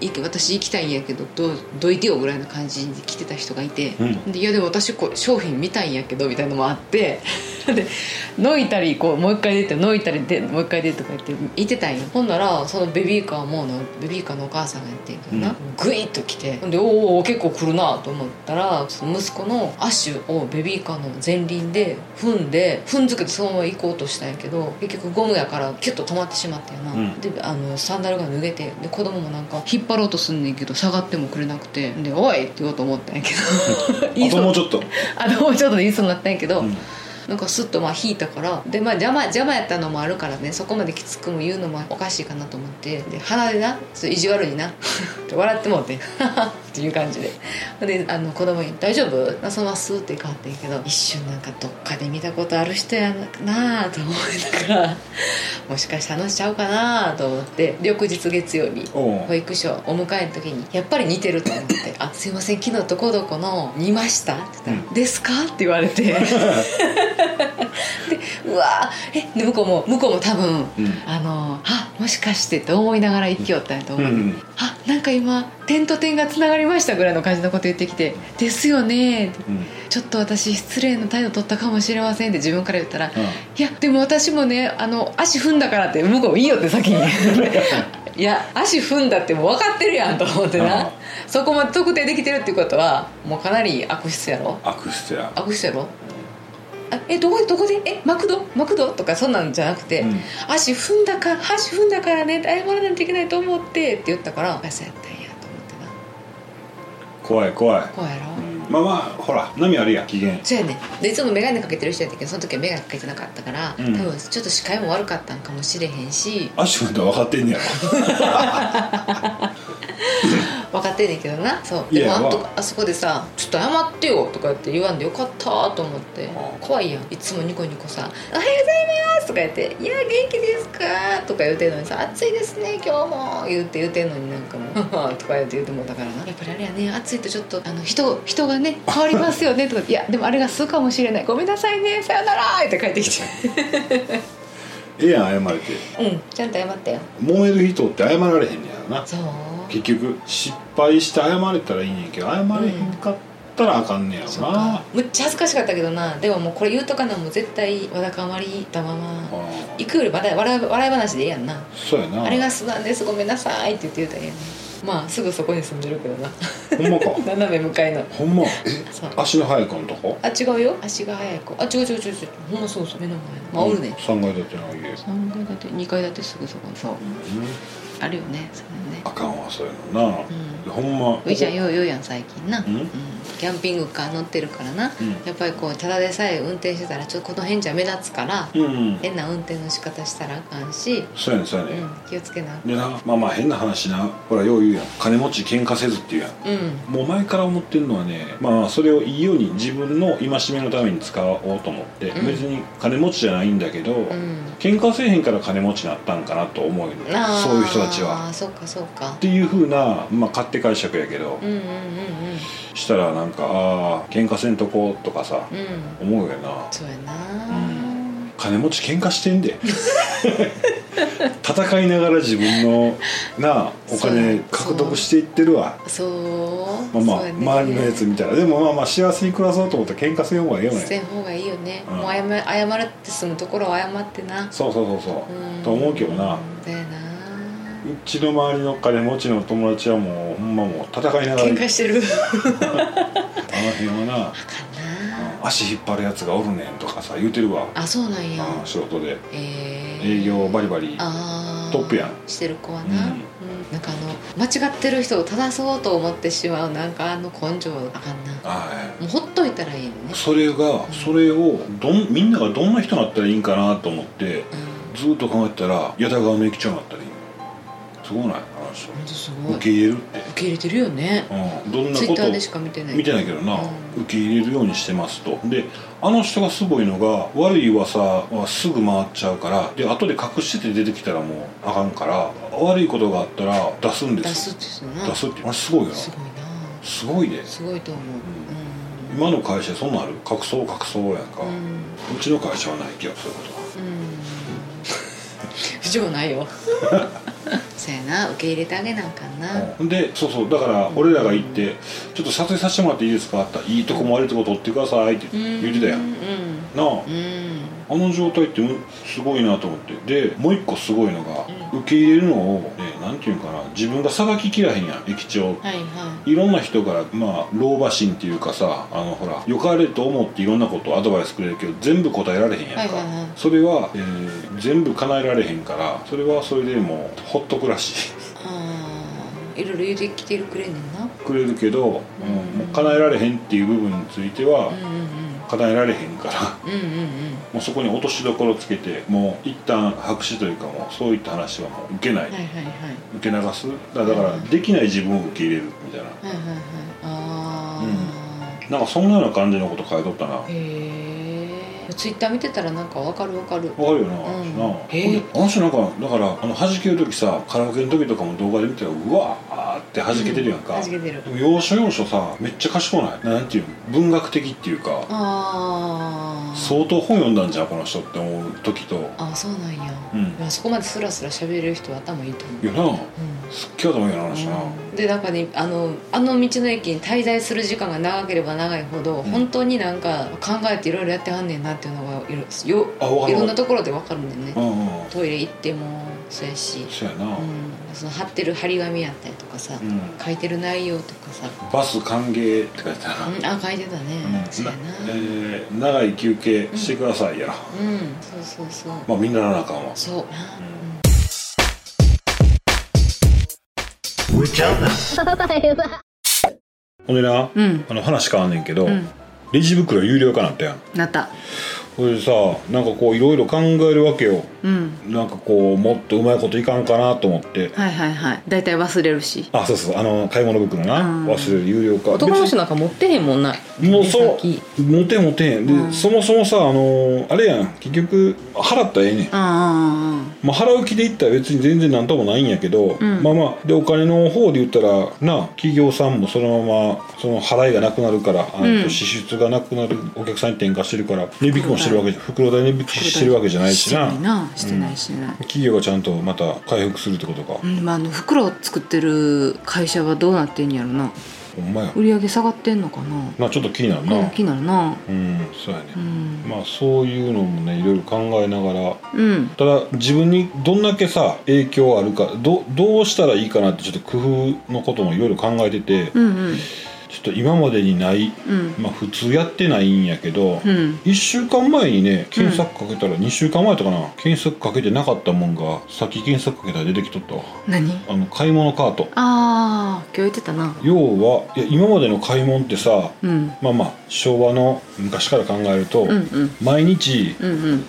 S1: いい私行きたいんやけどどうどいてよぐらいの感じに来てた人がいて、
S2: うん
S1: でいやでも私こう商品見たいんやけどみたいなのもあって でノイタリーこうもう一回出てノイタリーでもう一回出てとか言って行ってたんよほんならそのベビーカーものベビーカーのお母さんがやってんけどな、
S2: うん
S1: グイッと来てほんでおーおー結構来るなと思ったらその息子のアッシュをベビーカーの前輪で踏んで踏んづけてそのまま行こうとしたんやけど結局ゴムやからキュッと止まってしまったよな、
S2: うん
S1: であのサンダルが脱げてで子供もなんか引っ張ろうとすんねんけど下がってもくれなくてで「おい!」って言おうと思ったんやけど 言
S2: あ
S1: い
S2: と
S1: そう
S2: もうちょっと
S1: あのもうちょっとで言いそうになったんやけど、
S2: うん
S1: なんかスッとまあ引いたからでまあ邪魔邪魔やったのもあるからねそこまできつくも言うのもおかしいかなと思ってで鼻でなちょっと意地悪にな って笑ってもう てっていう感じでであの子供に「大丈夫?」そのままスーって行かはってんけど一瞬なんかどっかで見たことある人やなあと思いながら もしかして話しちゃうかなあと思ってで翌日月曜日
S2: おう
S1: 保育所お迎えの時にやっぱり似てると思って「あすいません昨日どこどこの見ました?」って言ったら「ですか?」って言われてでうわーえで向こうも向こうも多分、
S2: うん
S1: あのあもしかしてって思いながら生きよったんやと
S2: う
S1: 思う、
S2: ん
S1: あなんか今点と点がつながりましたぐらいの感じのこと言ってきて「ですよね」って
S2: うん
S1: ちょっと私失礼な態度取ったかもしれませんって自分から言ったら「
S2: うん
S1: いやでも私もねあの足踏んだからって向こういいよって先に いや足踏んだってもう分かってるやんと思って
S2: う
S1: なんそこまで特定できてるっていうことはもうかなり悪質やろ
S2: 悪質や
S1: 悪質やろあえどこでどこでえマクドマクドとかそんなんじゃなくて、
S2: うん
S1: 足踏んだから足踏んだからね謝らないといけないと思ってって言ったからあそうやったんやと思ってな
S2: 怖い怖い
S1: こうやろ、
S2: うんまあまあほら波あるやん機嫌
S1: そうやねでいつも眼鏡かけてる人やったけどその時は眼鏡かけてなかったから、
S2: うん
S1: 多分ちょっと視界も悪かったんかもしれへんし
S2: 足踏んだら分かってんねやろ
S1: 分かってんねんけどなそう
S2: い
S1: で
S2: や
S1: もあ
S2: まあ
S1: とあそこでさ「ちょっと謝ってよ」とか言って言わんでよかったと思って
S2: あ
S1: 怖いやんいつもニコニコさ「おはようございます」とか言って「いや元気ですか?」とか言うてんのにさ「暑いですね今日も」言うて言うてんのになんかもう 「ははとか言って言うてもうだからなやっぱりあれやね暑いとちょっとあの人人が ね変わりますよねとか「いやでもあれが素かもしれないごめんなさいねさよなら」って帰ってきて
S2: ええやん謝れて
S1: うんちゃんと謝ったよ
S2: 燃える人って謝られへんねやろな
S1: そう
S2: 結局失敗して謝れたらいいねんけど謝れへんかったらあかんねやろ
S1: そう
S2: な
S1: か、むっちゃ恥ずかしかったけどなでももうこれ言うとかなもう絶対わだかまりたまま
S2: あ
S1: 行くより笑い笑い笑い話でいいやんな
S2: あそうやな
S1: あれが素なんですごめんなさいって言って言うたらええやんまあすぐそこに住んでるけどな
S2: ほんまか
S1: 斜め向かいの
S2: ほんまえ
S1: そう
S2: 足の速い子のとこ
S1: あ違うよ足が速い子あ違う違う違う違うほんまそうそう目の前のまあおるね、
S2: 3階建ての家
S1: 3階建て2階建てすぐそこにそうあるよねそれね
S2: あかんわそういうのな、
S1: う
S2: ほんま
S1: ういちゃんようようやん最近な、
S2: うん
S1: うんキャンピングカー乗ってるからな、
S2: うん
S1: やっぱりこうただでさえ運転してたらちょっとこの辺じゃ目立つから、
S2: うん
S1: 変な運転の仕方したらあかんし、
S2: そうやねんそうや
S1: う
S2: ねん、
S1: ん、気をつけな
S2: でなまあまあ変な話なほらよう言うやん金持ち喧嘩せずっていうやん
S1: うん
S2: もう前から思ってるのはねまあそれをいいように自分の戒めのために使おうと思って、
S1: うん
S2: 別に金持ちじゃないんだけど、
S1: うん
S2: 喧嘩せえへんから金持ちになったんかなと思うよね
S1: あー
S2: そういう人たち
S1: あ
S2: は
S1: ーそうかそうか
S2: っていうふうな、まあ、勝手解釈やけど、
S1: うんうんうん
S2: したらなんかあー喧嘩せんとことかさ
S1: うんうん
S2: 思うよな
S1: そうやな、
S2: うん金持ち喧嘩してん で戦いながら自分のなあお金獲得していってるわ
S1: そう
S2: まあまあ、
S1: そうやね
S2: 周りのやつみたいなでもまあまあ幸せに暮らそうと思ったら喧嘩せん方がええよ
S1: せ
S2: ね
S1: ん方がいいよね、
S2: うん
S1: もう謝謝るって済むところを謝ってな
S2: そうそうそうそう、
S1: うん
S2: と思うけどな
S1: だよな
S2: うちの周りの金持ちの友達はもうほんまもう戦いながらあ
S1: 喧
S2: の
S1: 嘩してる
S2: 辺は
S1: あかんな
S2: な足引っ張るやつがおるねんとかさ言うてるわ、
S1: あそうなんや
S2: うん、仕事で
S1: えー
S2: 営業バリバリ
S1: あー
S2: トップやん
S1: してる子はな、
S2: うん
S1: うんなんかあの間違ってる人を正そうと思ってしまうなんかあの根性あかんな
S2: はい
S1: もうほっといたらいいのね、
S2: それがそれをどんみんながどんな人になったらいいんかなと思って
S1: うん、
S2: ずっと考えてたら矢田川の駅長になったらいいすごないあの人
S1: ほんとすごい受
S2: 受け入れるって、
S1: け入れてるよね
S2: うん、どんな
S1: ツイ
S2: こ
S1: ッ
S2: と
S1: ターでしか見てない
S2: 見てないけどな、
S1: うん
S2: 受け入れるようにしてますとであの人がすごいのが悪い噂はすぐ回っちゃうからで後で隠してて出てきたらもうあかんから悪いことがあったら出すんで
S1: 出す
S2: す
S1: ってすな
S2: 出すってあれすごいよな
S1: すごいな
S2: すごいです
S1: ごいと思ううん
S2: 今の会社そんなんある隠そう隠そうやんか、
S1: う
S2: うんちの会社はないけどそういうことは
S1: うん 不条ない よそやな受け入れてあげなあかんな
S2: うんでそうそうだから俺らが行って「ちょっと撮影させてもらっていいですか?」って言ったら「いいとこも悪いとこ撮ってください」って
S1: うん
S2: 言ってたや
S1: うんん
S2: なあ
S1: うん
S2: あの状態ってうんすごいなと思ってでもう一個すごいのが
S1: う
S2: 受け入れるのを、ね、なんていうんかな自分がさばききらへんやん駅長
S1: はいはい
S2: ろんな人からまあ老婆心っていうかさあのほらよかれと思っていろんなことアドバイスくれるけど全部答えられへんやんか、
S1: はいはいはい
S2: それは、えー全部叶えられへんからそれはそれでもうほっとくらしい
S1: ああいろいろ言うてきてるくれんねんな
S2: くれるけど、うんもう叶えられへんっていう部分については、
S1: うんうんうん
S2: 叶えられへんから
S1: うんうんうん
S2: もうそこに落としどころつけてもう一旦白紙というかもうそういった話はもう受けない、
S1: はいはいはい
S2: 受け流すだからだからできない自分を受け入れるみたいな
S1: はいはいはいああ
S2: なんかそんなような感じのこと書いとったなわか
S1: へえツイッター見てたらなんかわかるわかる
S2: るよな,、
S1: うん
S2: なあ
S1: へえ
S2: ほんであの人なんかだからあの弾ける時さカラオケの時とかも動画で見たらうわーって弾けてるやんか、
S1: はじけてる
S2: でも要所要所さめっちゃ賢ないなんていうの文学的っていうか
S1: ああ
S2: 相当本読んだんじゃんこの人って思う時と
S1: あそうなんや、
S2: うん
S1: いやそこまでスラスラ喋れる人は頭いいと思う
S2: いやなすっげえ頭いいな話な、
S1: うんでなんかねあのあの道の駅に滞在する時間が長ければ長いほど、
S2: ん
S1: 本当になんか考えていろいろやってはんねんなっていうのがいろよ
S2: あわか
S1: い
S2: る
S1: ろんな
S2: わかる
S1: ところでわかるんだよね、
S2: うんうん
S1: トイレ行ってもそうやし、
S2: そうやな、
S1: うん、その貼ってる張り紙やったりとかさ、
S2: うん
S1: 書いてる内容とかさ、
S2: バス歓迎って書いてたな、
S1: うん、あ書いてたね、そうやな、
S2: えー長い休憩してくださいやな、
S1: うんそうそうそう、
S2: まあみんなの中は
S1: そう、
S2: ほんでな、
S1: うん
S2: あの話変わんねんけど、
S1: ん
S2: レジ袋有料化なったやん
S1: なった
S2: それでさなんかこういろいろ考えるわけよ
S1: うん
S2: なんかこうもっとうまいこといかんかなと思って
S1: はいはいはい大体忘れるし
S2: あそうそうあの買い物袋な、
S1: うん
S2: 忘れる有料化
S1: 男の人なんか持ってへんもんな
S2: 別にもうそう
S1: 出先
S2: 持てん持てんで、
S1: うん
S2: そもそもさあのあれやん結局払ったらええねん
S1: あ
S2: まあ、腹浮きで言ったら別に全然何ともないんやけど、
S1: ん
S2: まあまあでお金の方で言ったらな企業さんもそのままその払いがなくなるから、あ
S1: うん
S2: と支出がなくなるお客さんに転嫁してるから値引きもしてるわけじゃ袋代値引きしてるわけじゃないしな
S1: してないしてない
S2: 企業がちゃんとまた回復するってことか、
S1: うん、まあ、あの袋を作ってる会社はどうなってんやろな
S2: ほんまや
S1: 売り上げ下がってんのかな
S2: まあちょっと気になるな
S1: うん気になるな
S2: うんそうやね
S1: う、ん、
S2: まあそういうのもねいろいろ考えながら
S1: うん、
S2: ただ自分にどんだけさ影響あるかどどうしたらいいかなってちょっと工夫のこともいろいろ考えてて、
S1: うんうん
S2: ちょっと今までにない、
S1: うん
S2: まあ普通やってないんやけ
S1: う
S2: ど、
S1: ん
S2: 1週間前にね検索かけたら2週間前とかな、検索かけてなかったもんがさっき検索かけたら出てきとったわ
S1: 何
S2: あの買い物カート
S1: ああ今日言ってたな
S2: 要はいや今までの買い物ってさ
S1: うん
S2: まあまあ昭和の昔から考えると、
S1: うんうん
S2: 毎日
S1: うんうん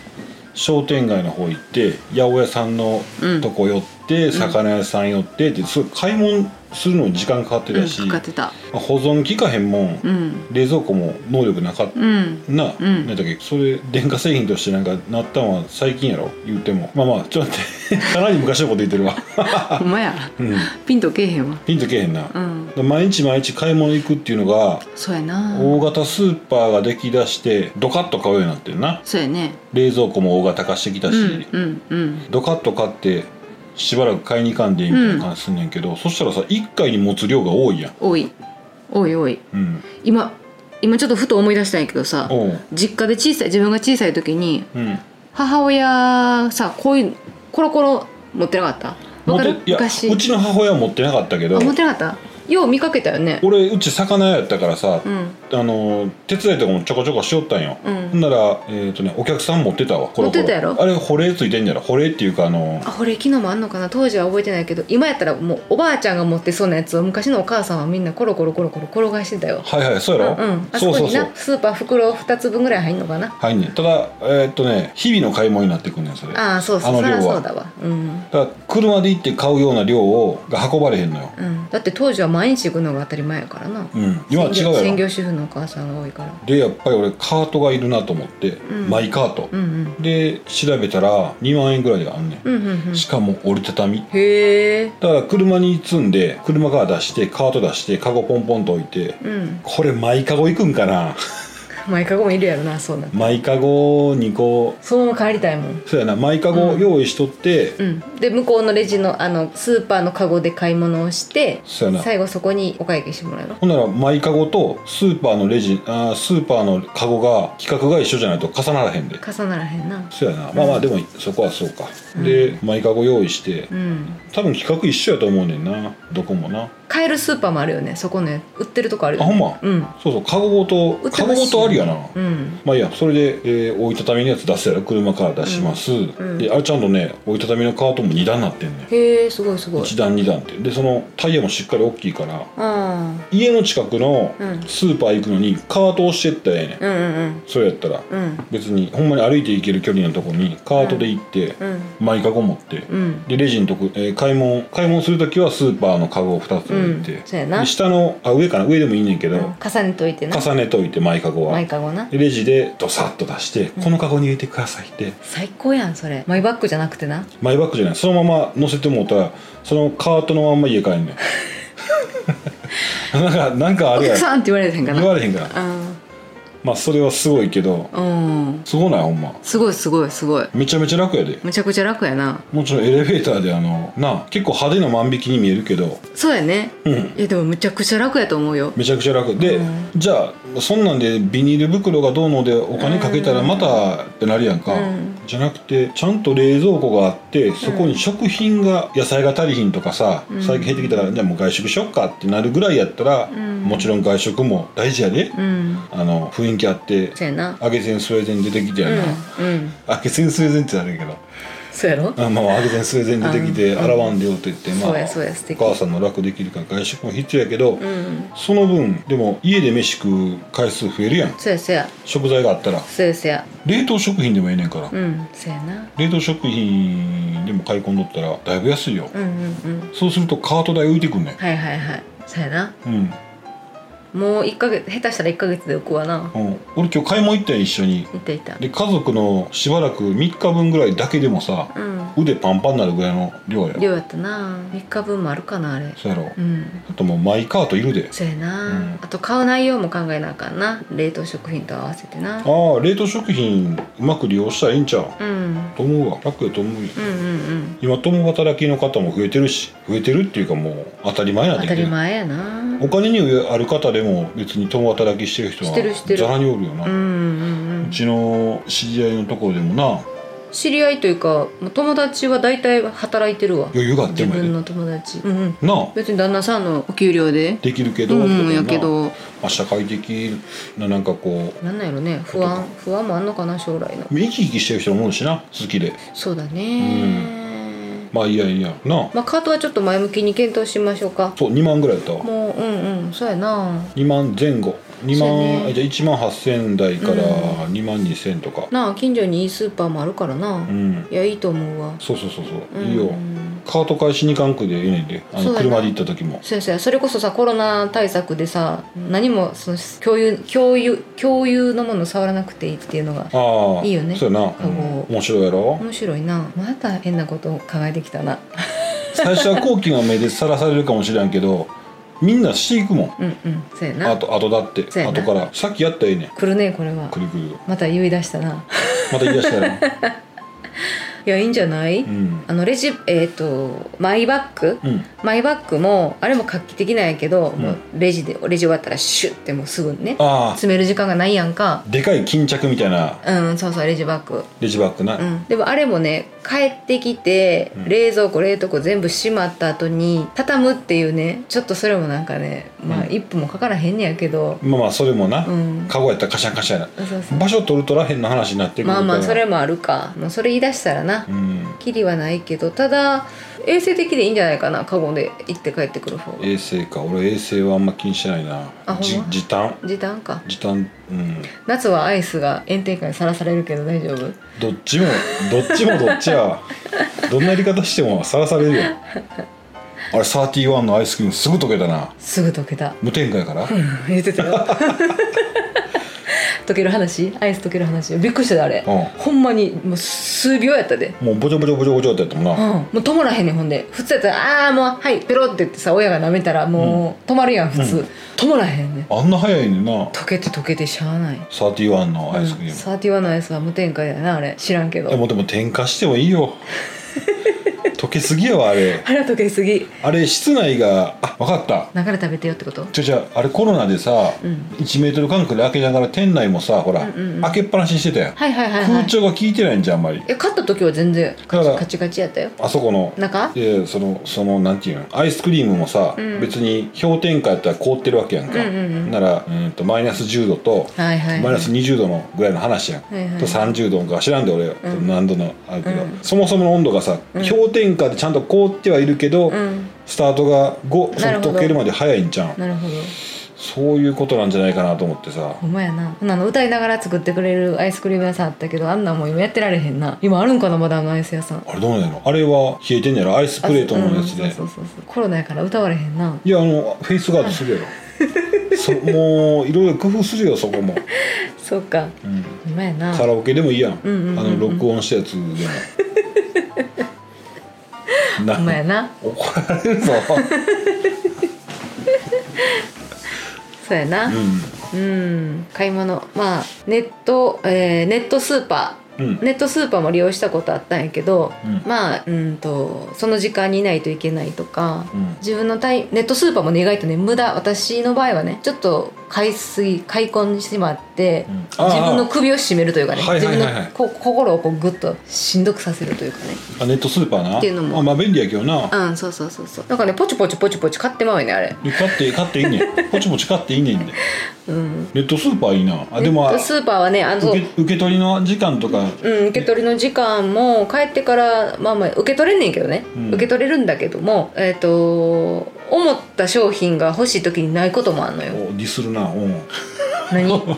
S2: 商店街の方行って八百屋さんの
S1: うん
S2: とこ寄って、魚屋さん寄ってってすごい買い物するのに時間かかって
S1: う
S2: た
S1: ん
S2: し、
S1: かかってた
S2: まあ保存効かへんもん、
S1: うん
S2: 冷蔵庫も能力なかった
S1: うん
S2: な、
S1: うん
S2: なんだっけそれ電化製品としてなんかなったんは最近やろ言うてもまあまあちょっと待って かなり昔のこと言ってるわ
S1: ほんまや
S2: うん
S1: ピンとけえへんわ
S2: ピンとけえへんな、
S1: うん
S2: 毎日毎日買い物行くっていうのが
S1: そうやな
S2: 大型スーパーができだしてドカッと買うようになってるな
S1: そうやね
S2: 冷蔵庫も大型化してきた
S1: う
S2: し、
S1: んうんうん
S2: ドカッと買ってしばらく買いに行かんでいいみたいな感じすんねんけど、そしたらさ1回に持つ量が多いやん
S1: 多い多い多い
S2: うん
S1: 今今ちょっとふと思い出したんやけどさ
S2: おう
S1: 実家で小さい自分が小さい時に
S2: うん
S1: 母親さこういうコロコロ持ってなかったわかる
S2: 持ていや
S1: 昔
S2: うちの母親は持ってなかったけ
S1: あ
S2: ど
S1: 持ってなかったよう見かけたよね
S2: 俺うち魚屋やったからさ、
S1: うん
S2: あの手伝いとかもちょこちょこしよったんよ、
S1: う
S2: ほん
S1: ん
S2: なら、えっとね、お客さん持ってたわコロコロ
S1: 持ってたやろ
S2: あれ保冷ついてんじゃろ保冷っていうかあの
S1: あこれ昨日もあんのかな当時は覚えてないけど今やったらもうおばあちゃんが持ってそうなやつを昔のお母さんはみんなコロコロコロコロ転がしてたよ
S2: はいはいそう
S1: う
S2: や
S1: ん、
S2: ろ、
S1: うん、あ
S2: そ
S1: そうこ
S2: そう
S1: に
S2: そ
S1: な
S2: う
S1: スーパー袋2つ分ぐらい入んのかな
S2: はいねただえっとね日々の買い物になってくんねんそれ
S1: ああそうそう
S2: あ
S1: そ
S2: の
S1: り
S2: 量
S1: ゃ
S2: は
S1: そうだわうん、
S2: だから車で行って買うような量をが運ばれへんのよ
S1: うん、だって当時は毎日行くのが当たり前やからな
S2: うん今は違うや
S1: 専
S2: ろ
S1: 業主婦のお母さんが多いから
S2: でやっぱり俺カートがいるなと思って、
S1: ん
S2: マイカート、
S1: うんうん
S2: で調べたら2万円ぐらいであんねん、
S1: うんうんうん
S2: しかも折りたたみ
S1: へえ
S2: だから車に積んで車から出してカート出してカゴポンポンと置いて
S1: うん
S2: これマイカゴ行くん かな
S1: 前かごもいるやろなそうなん
S2: マイカゴにこ
S1: そのまま帰りたいもん
S2: うそうやなマイカゴ
S1: うん
S2: 用意しとって、
S1: うんで向こうのレジのあのスーパーのカゴで買い物をして
S2: そうやな
S1: 最後そこにお会計してもらうの
S2: ほんならマイカゴとスーパーのレジあースーパーのカゴが規格が一緒じゃないと重ならへんで
S1: 重ならへんな
S2: そうやなまあまあでもそこはそうか、
S1: うん
S2: でマイカゴ用意して
S1: うん
S2: 多分規格一緒やと思うねんなどこもな
S1: 買えるスーパーもあるよねそこね売ってるとこある
S2: あ
S1: よ、
S2: ほ
S1: ね、
S2: んま
S1: うん
S2: そうそうカゴご
S1: 売
S2: と
S1: って
S2: カ
S1: ほ
S2: ゴ
S1: しい
S2: ごとあるやな、
S1: うん
S2: まあいいやそれで、えー折りたたみのやつ出せたら車から出します、
S1: うん
S2: であれちゃんとね折りたたみのカートも2段なってんねん
S1: へえすごいすごい
S2: 1段2段ってでそのタイヤもしっかり大きいから
S1: あ
S2: 家の近くの
S1: うん
S2: スーパー行くのにカートをしてったらええねん
S1: あうんうん
S2: それやったら
S1: うんうん
S2: 別にほんまに歩いて行ける距離のとこにカートで行って、
S1: うん
S2: マイカゴ持って
S1: うん
S2: でレジのとこ、えー買い物買い物する時はスーパーのカゴを2つ置いて
S1: うん、そうやな
S2: で下のあ上かな上でもいいねんけど、
S1: うん重ねといてな
S2: 重ねといてマイカゴは
S1: マイカゴな
S2: でレジでドサッと出して、
S1: うん
S2: このカゴに入れてくださいって
S1: 最高やんそれマイバッグじゃなくてな
S2: マイバッグじゃないそのまま乗せてもうたらそのカートのまんま家帰ん ねんなんかなんかあ
S1: お
S2: れや
S1: 客さんって言われてへんかな
S2: 言われへんから
S1: う
S2: まあそれはすごいけど
S1: んうん
S2: すごないほんます
S1: ごいすごいすごい
S2: めちゃめちゃ楽やで
S1: むちゃくちゃ楽やな
S2: もちろんエレベーターであのなあ結構派手な万引きに見えるけど
S1: そうやね
S2: うん
S1: いやでもむちゃくちゃ楽やと思うよ
S2: めちゃくちゃ楽で、
S1: うん
S2: じゃあそんなんでビニール袋がどうのでお金かけたらまたってなるやんか、
S1: うん
S2: じゃなくてちゃんと冷蔵庫があってそこに食品が野菜が足りひんとかさ、
S1: うん
S2: 最近減ってきたからじゃあもう外食しよっかってなるぐらいやったら、
S1: ん
S2: もちろん外食も大事やで、
S1: うん
S2: あの雰囲気あって
S1: そうやな
S2: 揚げ膳スウェーデン出てきて
S1: う
S2: や
S1: ん
S2: な、
S1: うん
S2: 揚げ膳スウェーデンってあるんやけど
S1: そうやろ
S2: あまあ揚げ膳スウェーデン出てきて
S1: うん
S2: 洗わんでよって言って、まあ
S1: そうやそうや素
S2: お
S1: 敵
S2: 母さんの楽できるから外食も必要やけど、
S1: うん
S2: その分でも家で飯食う回数増えるやん
S1: そうやそうや
S2: 食材があったら
S1: そうやそうや
S2: 冷凍食品でもええねんから、
S1: うんそうやな
S2: 冷凍食品でも買い込んどったらだいぶ安いよ、
S1: うんうんうん
S2: そうするとカート代浮いてくんねん
S1: はいはいはいそうやな
S2: うん、
S1: もう一ヶ月下手したら一ヶ月で浮くわな
S2: うん、俺今日買い物行ったやん一緒に
S1: いたいた
S2: で家族のしばらく3日分ぐらいだけでもさ
S1: うん
S2: 腕パンパンになるぐらいの量や
S1: 量やったな三日分もあるかなあれ
S2: そうやろ、
S1: うん
S2: あともうマイカートいるで
S1: そうやな、
S2: うん
S1: あと買う内容も考えなあかんな冷凍食品と合わせてな
S2: ああ冷凍食品うまく利用したらいいんちゃ
S1: う
S2: う
S1: んうん
S2: と思うわ楽やと思うよ、
S1: うんうん
S2: 今共働きの方も増えてるし増えてるっていうかもう当たり前なん
S1: 当
S2: だ
S1: た
S2: け
S1: り
S2: ど
S1: 前やなうん
S2: お金にある方でも別に共働きしてる人は
S1: してるしてる
S2: ざらにおるよな、
S1: う
S2: うん
S1: うん
S2: ちの知り合いのところでもな
S1: 知り合いというかもう友達は大体働いてるわ
S2: 余裕があっ
S1: 自
S2: てもやで
S1: 分の友達うんうん
S2: なあ
S1: 別に旦那さんのお給料で
S2: できるけ
S1: う
S2: ど、
S1: ん
S2: みたい
S1: うん
S2: な
S1: やけど
S2: まあ、社会的ななんかこ
S1: なんなんやろね不安不安もあんのかな将来の
S2: う生き生きしてる人もおるしな好きで
S1: そうだね、
S2: まあいいやいいやなあ
S1: まあカートはちょっと前向きに検討しましょうか
S2: そう2万ぐらいやったわ
S1: もううんうんそうやな
S2: 2万前後2
S1: そう
S2: 万、
S1: やね
S2: あじゃあ1万8000台から
S1: う
S2: 2万2000とか
S1: なあ近所にいいスーパーもあるからな、
S2: うん、
S1: いやいいと思うわ
S2: そうそうそうそう、
S1: うん
S2: いいよカート返しに行かんくでええねんであ
S1: そう
S2: の
S1: やな
S2: 車で行った時も
S1: そうやそうやそれこそさコロナ対策でさ何もその共有共有共有のもの触らなくていいっていうのが
S2: ああ
S1: いいよね
S2: そうやな、
S1: カゴ
S2: うん面白いやろ
S1: 面白いなまた変なことを考えてきたな
S2: 最初は好奇の目でさらされるかもしれんけどみんなしていくもん
S1: うんうんそうや
S2: あ
S1: な
S2: とあとだって
S1: そうや
S2: あ
S1: な
S2: とからさっきやったらええねん
S1: 来るねこれは
S2: くるくる
S1: また言い出したな
S2: また言い出し たら
S1: いやいいんじゃない、
S2: うん
S1: あのレジえっ、とマイバッグ、
S2: うん
S1: マイバッグもあれも画期的なんやけど、もうレジでレジ終わったらシュッてもうすぐね
S2: あ
S1: 詰める時間がないやんか
S2: あでかい巾着みたいな
S1: うんそうそうレジバッグ
S2: レジバッグな、
S1: うん、でもあれもね帰ってきて、
S2: うん
S1: 冷蔵庫冷凍庫全部閉まった後に畳むっていうねちょっとそれもなんかねまあ
S2: うん
S1: 一歩もかからへんねやけど
S2: まあまあそれもな、
S1: うん、
S2: カゴやったらカシャンカシャンや
S1: そうそ
S2: な
S1: う
S2: 場所取るとらへんの話になってくるか
S1: ま
S2: ら
S1: あまあそれもあるかもうそれ言い出したらな、
S2: うん
S1: きりはないけどただ衛生的でいいんじゃないかなカゴで行って帰ってくる方が
S2: 衛生か俺衛生はあんま気にしてないな
S1: あほんま
S2: じ時短
S1: 時短か
S2: 時短うん
S1: 夏はアイスが炎天下にさらされるけど大丈夫
S2: どっちもどっちもどっちやどんなやり方してもさらされるよあれサーティワンのアイスクリームすぐ溶けたな
S1: すぐ溶けた
S2: 無添加やから
S1: 言ってたよ 溶ける話アイス溶ける話びっくりしたであれ、
S2: うん
S1: ほんまにもう数秒やったで、
S2: もうボチョボチョボチョボチョってやった
S1: う
S2: もん
S1: ん、
S2: な
S1: もう止まらへんねんほんで普通やったら「ああーもうはいペロ」って言ってさ親が舐めたらもう止まるやん普通、止まらへんねん
S2: あんな早いねんな
S1: 溶けて溶けてしゃあない
S2: サーティワンのアイスクリーム、
S1: サーティワンのアイスは無添加やなあれ知らんけど
S2: でもでも添加してもいいよ溶けすぎやわあれ
S1: あれは溶けすぎ
S2: あれ室内があ分かった
S1: 流れ食べてよってこと
S2: じゃじゃあれコロナでさ、
S1: うん
S2: 1メートル間隔で開けながら店内もさほら、
S1: うんうんうん
S2: 開けっぱなしにしてたやん、
S1: はいはいはい、は
S2: 空
S1: い、
S2: 調が効いてないんじゃんあんまり
S1: え買った時は全然カ
S2: だ
S1: チ
S2: から
S1: カチカチやったよ
S2: あそこの
S1: 中
S2: でそのそのなんていうのアイスクリームもさ、
S1: うん
S2: 別に氷点下やったら凍ってるわけやんか、
S1: うんうんうん
S2: ならうんとマイナス10度と
S1: はいはいはい
S2: マイナス20度のぐらいの話やん、
S1: はいはい
S2: と30度か知らんで俺、
S1: うん
S2: 何度のあるけど、
S1: うん
S2: そもそもの温度がさ、
S1: うん
S2: 氷点下でちゃんと凍ってはいるけど、
S1: うん
S2: スタートが5
S1: なるほど
S2: 溶けるまで早いんじゃん
S1: なるほど
S2: そういうことなんじゃないかなと思ってさ
S1: ほんまやなほんなの歌いながら作ってくれるアイスクリーム屋さんあったけどあんなんもう今やってられへんな今あるんかなまだあのアイス屋さん
S2: あれどうなんやろあれは冷えてんやろアイスプレートのやつで、
S1: うんそうそうそうそうコロナやから歌われへんない
S2: やあのフェイスガードする やろそもういろいろ工夫するよそこも、
S1: そうか
S2: うん
S1: ほんまやな
S2: カラオケでもいいやん,、
S1: うんうんうんうん
S2: あの録音したやつで もな
S1: ほんまやな
S2: 怒られ るぞ
S1: そうやな
S2: う
S1: うん、買い物まあネット、えーネットスーパー
S2: ん、うん、
S1: ネットスーパーも利用したことあったんやけど、
S2: うん
S1: まあうんとその時間にいないといけないとか、
S2: うん
S1: 自分のタイネットスーパーもね意外とね無駄私の場合はねちょっと買いすぎ買い込んでしまって、
S2: うんあー
S1: 自分の首を絞めるというかね、
S2: はいはいはいはい
S1: 自分のこ心をこうグッとしんどくさせるというかね
S2: あネットスーパーな
S1: っていうのも
S2: あまあ便利やけどな
S1: うんそうそうそうそうなんかねポチポチポチポチ買ってまうよねあれ
S2: で買って買っていい ねんポチポチ買っていいねんで
S1: うん
S2: ネットスーパーいいなあでもあ
S1: ネット
S2: 受
S1: スーパーはねあの
S2: け受け取りの時間とか
S1: うん、受け取りの時間も帰ってからまあまあ受け取れんねんけどね、
S2: うん
S1: 受け取れるんだけどもえっ、と思った商品が欲しい時にないこともあんの
S2: お
S1: よ
S2: ディスるなうん
S1: 何
S2: 大丈夫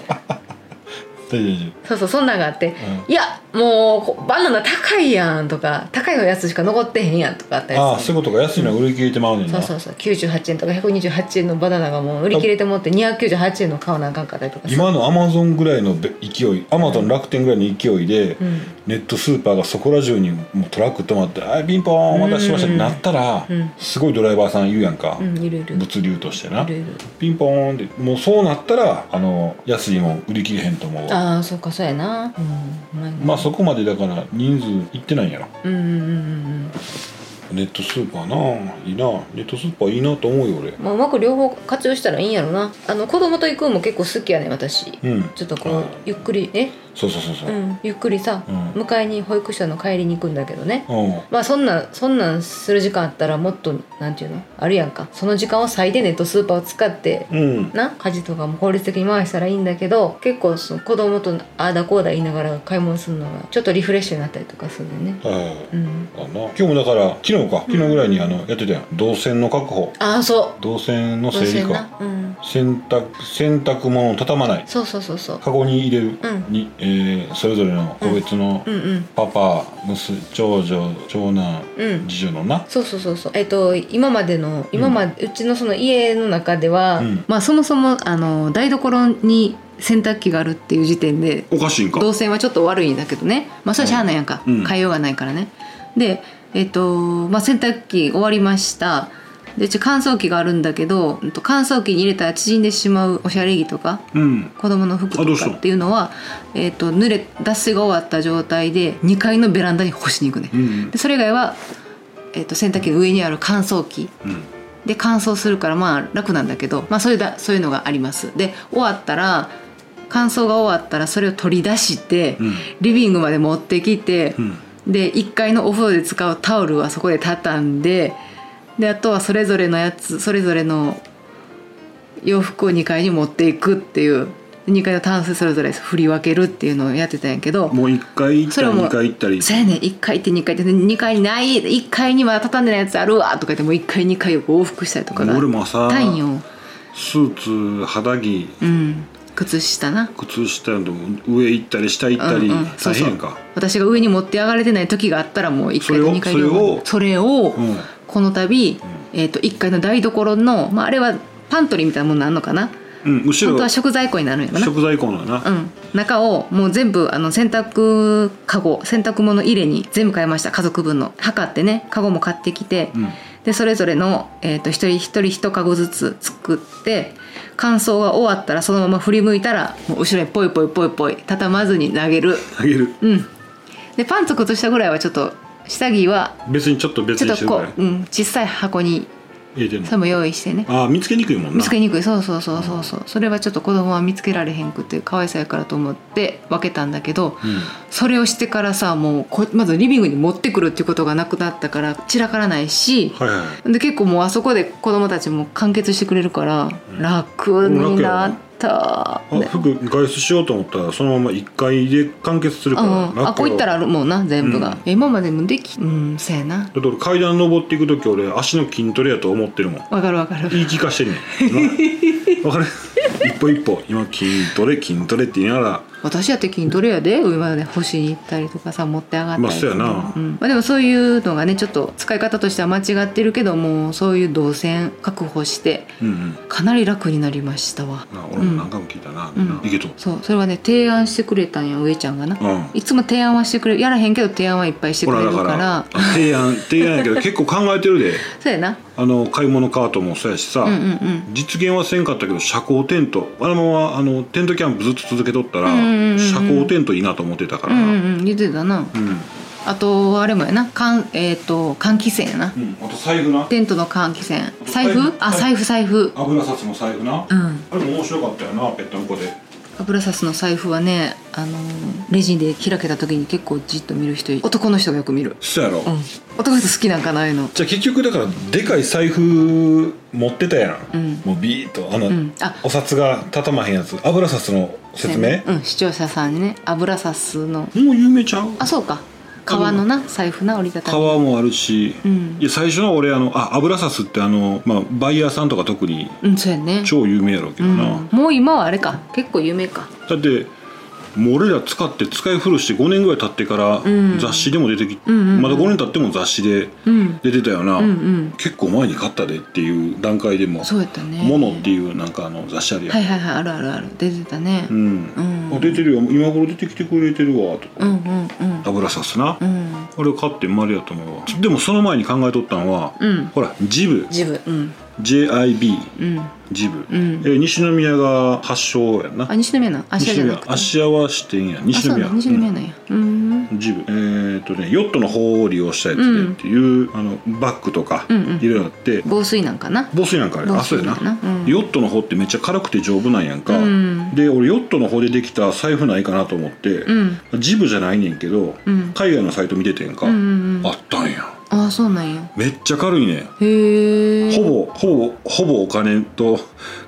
S2: 大丈
S1: そうそうそんなんがあって
S2: 夫、
S1: いやもうこバナナ高いやんとか高いやつしか残ってへんやんとかあった
S2: うん、ああ
S1: りす
S2: そう
S1: る
S2: いうことか安いのは売り切れてまうねん
S1: そう
S2: な、
S1: そうそう98円とか128円のバナナがもう売り切れてもって298円の買わなあかんかったりとかさ
S2: 今のアマゾンぐらいのべ勢いアマゾン楽天ぐらいの勢いで、
S1: うん
S2: ネットスーパーがそこら中にもうトラック止まって「あピンポーンお待たせしました」
S1: うん
S2: になったら、
S1: うん
S2: すごいドライバーさんいるやんか、
S1: うんいるいるい
S2: 物流としてな
S1: るいる
S2: ピンポーンってもうそうなったらあの安いもん売り切れへんと思うわ
S1: ああそうかそうやなうんうまいな
S2: まあそこまでだから人数いってないんやろ
S1: うんうんうんうんうん
S2: ネットスーパーないいなネットスーパーいいなと思うよ俺
S1: まあ、うまく両方活用したらいいんやろなあの子供と行くんも結構好きやね私
S2: うん
S1: ちょっとこうゆっくりね
S3: そうそうそうそうう、
S1: ん、ゆっくりさ、
S3: うん
S1: 迎えに保育所の帰りに行くんだけどね
S3: うん
S1: まあそんなんそんなんする時間あったらもっとなんていうのあるやんかその時間を最低限とスーパーを使って
S3: うん、
S1: な家事とかも効率的に回したらいいんだけど結構その子供とああだこうだ言いながら買い物するのがちょっとリフレッシュになったりとかするんだよね
S3: はい
S1: うん
S3: あんな今日もだから昨日か昨日ぐらいにあのやってたやん動線の確保
S1: ああそ
S3: 動線の
S1: う
S3: 整理
S1: 路線
S3: か
S1: なうん
S3: 洗濯洗濯物を畳まない
S1: そうそうそうそう
S3: カゴに入れる
S1: うん
S3: に、えーそれぞれの個別の
S1: うんうん
S3: パパ娘長女長男
S1: うん
S3: 次女のな
S1: そうそうそうそうえっと今までの今まで、うちのその家の中では、
S3: うん
S1: まあそもそもあの台所に洗濯機があるっていう時点で
S2: おかしいんか
S1: 動線はちょっと悪いんだけどねまあそれはしゃあないやんか、
S2: うん
S1: 変えようがないからねでえっと、まあ、洗濯機終わりましたでうち乾燥機があるんだけどうんと乾燥機に入れたら縮んでしまうおしゃれ着とか
S2: うん
S1: 子供の服
S2: あど
S1: と
S2: うした
S1: か
S2: の
S1: っていうのはえっと濡れ脱水が終わった状態で2階のベランダに干しに行くね、
S2: うん
S1: でそれ以外は、えっと洗濯機の上にある乾燥機
S2: うん
S1: で乾燥するからまあ楽なんだけど、まあ、そういうだそういうのがありますで終わったら乾燥が終わったらそれを取り出して、
S2: うん
S1: リビングまで持ってきて
S2: う、ん
S1: で1階のお風呂で使うタオルはそこで畳んでであとはそれぞれのやつそれぞれの洋服を2階に持っていくっていう2階のタンスそれぞれ振り分けるっていうのをやってたんやけど
S2: もう一回行っ
S1: そ
S2: た
S1: れ
S2: り
S1: はもう
S2: 二回行ったり
S1: そうやねん1回行って2回行って2回ない1回にまだ畳んでないやつあるわとか言ってもう1回2回を往復したりとかが
S2: 俺も朝
S1: たんよ、
S2: スーツ肌着
S1: うん、靴下な
S2: 靴下の上行ったり下行ったり
S1: うんうんそうそう
S2: 大変やんか
S1: 私が上に持って上がれてない時があったらもう1回と2回
S2: それを
S1: 両方それを
S2: うん
S1: この度、えー、と1階の台所の、まあ、あれはパントリーみたいなものなんのかな
S2: うんむし
S1: 本
S2: ろ
S1: 当は食材庫になるんやろな
S2: 食材庫なのな
S1: うん、中をもう全部あの洗濯カゴ洗濯物入れに全部買いました家族分の測ってねカゴも買ってきて、
S2: うん
S1: でそれぞれの、えー、と一人一人一カゴずつ作って乾燥が終わったらそのまま振り向いたらもう後ろにポイポイポイポイ畳まずに投げる
S2: あげる
S1: うんでパンツ靴下ぐらいはちょっと下着は
S2: 別にちょっと
S1: ち
S2: 別に
S1: ょっ
S2: して
S1: と
S2: る
S1: こ
S2: か
S1: う、
S2: ら
S1: うん、小さい箱に
S2: 入れてんの
S1: それも用意してね
S2: あー見つけにくいもんな
S1: 見つけにくいそうそうそうそうそうそれはちょっと子供は見つけられへんくて可愛さやからと思って分けたんだけど、
S2: うん
S1: それをしてからさもうこまずリビングに持ってくるっていうことがなくなったから散らからないし、
S2: はいはい
S1: で結構もうあそこで子供たちも完結してくれるから
S2: うん
S1: 楽になった、
S2: あ
S1: ね
S2: 服外出しようと思ったらそのまま1階で完結するから
S1: うんあこういったらあ
S2: だ
S1: るもうな全部が、
S2: うん
S1: 今までもできうんそうやな
S2: って俺階段登っていく時俺足の筋トレやと思ってるもん
S1: わかるわかる
S2: 言い聞かしてん ねん今わかる一歩一歩今筋トレ筋トレって言いなが
S1: 私やって筋トレやで上まで干しに行ったりとかさ持って上がったりとか
S2: まあそうやな
S1: うんまあ、でもそういうのがねちょっと使い方としては間違ってるけどもうそういう動線確保して
S2: らうんうん
S1: かなり楽になりましたわ
S2: な俺も何回も聞いたな、みんな
S1: うん
S2: いけと
S1: そうそれはね提案してくれたんや上ちゃんがな、
S2: うん
S1: いつも提案はしてくれるやらへんけど提案はいっぱいしてく
S2: ほ
S1: れ
S2: ら
S1: る
S2: だ
S1: か
S2: からら提案提案やけど結構考えてるで
S1: そうやな
S2: あの買い物カートもそうやしさ、
S1: うんうんうん
S2: 実現はせんかったけど社交テントあのままあのテントキャンプずっと続けとったら、
S1: うんうんうんうん
S2: 社交テントいいなと思ってたか
S1: う
S2: ら、
S1: んうんうん言ってたな
S2: うん
S1: あとあれもやなかんえっ、と換気扇やな
S2: うん、あと財布な
S1: テントの換気扇財
S2: 財
S1: 布
S2: 布
S1: あ財布財布
S2: 油札の財布な、
S1: うん
S2: あれも面白かったよなペットンコで
S1: 油サスの財布はね、あのーレジで開けた時に結構じっと見る人男の人がよく見る、
S2: そうやろ、
S1: うん、男の人好きなんかないの
S3: じゃあ結局だからでかい財布持ってたやん、
S1: うん
S3: もうビーッとあの、
S1: うんあ
S3: お札が畳まへんやつ油札の説明、
S1: うん視聴者さんにね油サスの
S2: もう有名ちゃう
S1: あそうか革のな財布な折りたたみ
S2: 川もあるし、
S1: うん
S2: いや最初の俺あのあ油札ってあの、まあ、バイヤーさんとか特に
S1: うんそうやね
S2: 超有名やろうけ
S1: う
S2: ど
S1: ん
S2: な、、
S1: もう今はあれか結構有名か
S2: だってもう俺ら使って使い古して5年ぐらい経ってから
S1: ん
S2: 雑誌でも出てきて、
S1: うんうんうん
S2: まだ5年経っても雑誌で
S1: うん
S2: 出てたよな、
S1: うんうん
S2: 結構前に買ったでっていう段階でも
S1: そうやったね
S2: 「もの」っていうなんかあの雑誌あるやん、
S1: はいはいはいあるあるある出てたね
S2: う、ん
S1: うん
S2: あ出てるよ今頃出てきてくれてるわとか、
S1: うん、うんうん
S2: 油さすな、
S1: うん
S2: あれを買って丸やと思うわでもその前に考えとったのは、
S1: うん
S2: ほらジブ
S1: ジブうん
S2: JIB
S1: うん
S2: ジ
S1: う
S2: ブ、
S1: ん
S2: えー西宮が発祥やんな
S1: あ西宮なん芦屋じゃなくて
S2: 西宮芦屋は支店や
S1: あ
S2: 西
S1: そう
S2: 宮
S1: なん西宮なんやうん
S2: うんジブえーっとねヨットの方を利用したやつ
S1: う
S2: で
S1: ん
S2: っていうあのバッグとか
S1: うんうん
S2: いろいろあって
S1: 防水なんかな
S2: 防水なんかあれあ
S1: 防
S2: そう
S1: 水
S2: や
S1: なん
S2: な
S1: かなうん
S2: ヨットの方ってめっちゃ軽くて丈夫なんやんか
S1: うん
S2: で俺ヨットの方でできた財布ないかなと思って
S1: うん
S2: ジブじゃないねんけど
S1: うん
S2: 海外のサイト見ててんか
S1: うんうんうん
S2: あったんや
S1: あそうなんや
S2: めっちゃ軽いね
S1: へえ
S2: ほぼほぼほぼお金と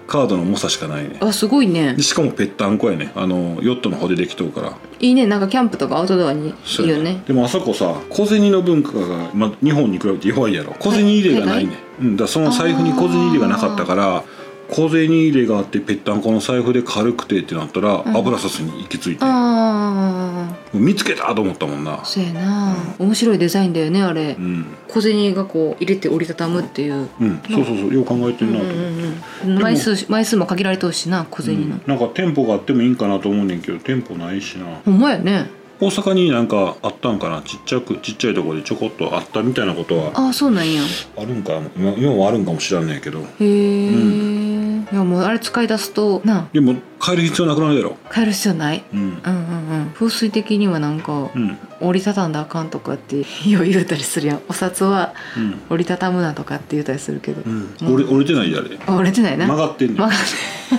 S2: カードの重さしかないね
S1: あすごいね
S2: でしかもぺったんこやねあのヨットの方でできとうから
S1: いいねなんかキャンプとかアウトドアにいいよね
S2: でもあそこさ小銭の文化が、まあ、日本に比べて弱いやろ小銭入れがないね、うん、だからその財布に小銭入れがなかったから小銭入れがあってぺったんこの財布で軽くてってなったら、
S1: ん
S2: 油さすに行き着いて
S1: あ
S2: 見つけたと思ったもんな
S1: あそうやな面白いデザインだよねあれ
S2: うん、
S1: 小銭がこう入れて折りたたむっていう
S2: うん、そうそうそうよう考えて
S1: うんん
S2: な
S1: う
S2: と
S1: ん
S2: 思って。
S1: うん枚数枚数も限られてほしいな小銭の
S2: なんか店舗があってもいいんかなと思うねんけど店舗ないしな
S1: ほんまやね
S2: 大阪になんかあったんかなちっちゃくちっちゃいところでちょこっとあったみたいなことは
S1: ああそうなんや
S2: あるんか今今もあるんかもしらんねんけど
S1: へえいやもうあれ使い出すとな
S2: でも帰る必要なくなるやろ
S1: あ帰る必要ない
S2: うん
S1: うんうんうん風水的にはなんか
S2: うん
S1: 折りたたんだらあかんとかってよう言うたりするやんお札は
S2: うん
S1: 折りたたむなとかって言うたりするけど、
S2: うん
S1: うん
S2: 折れ折れてないであれ
S1: あ折れてないな
S2: 曲がってんね ん
S1: 曲がって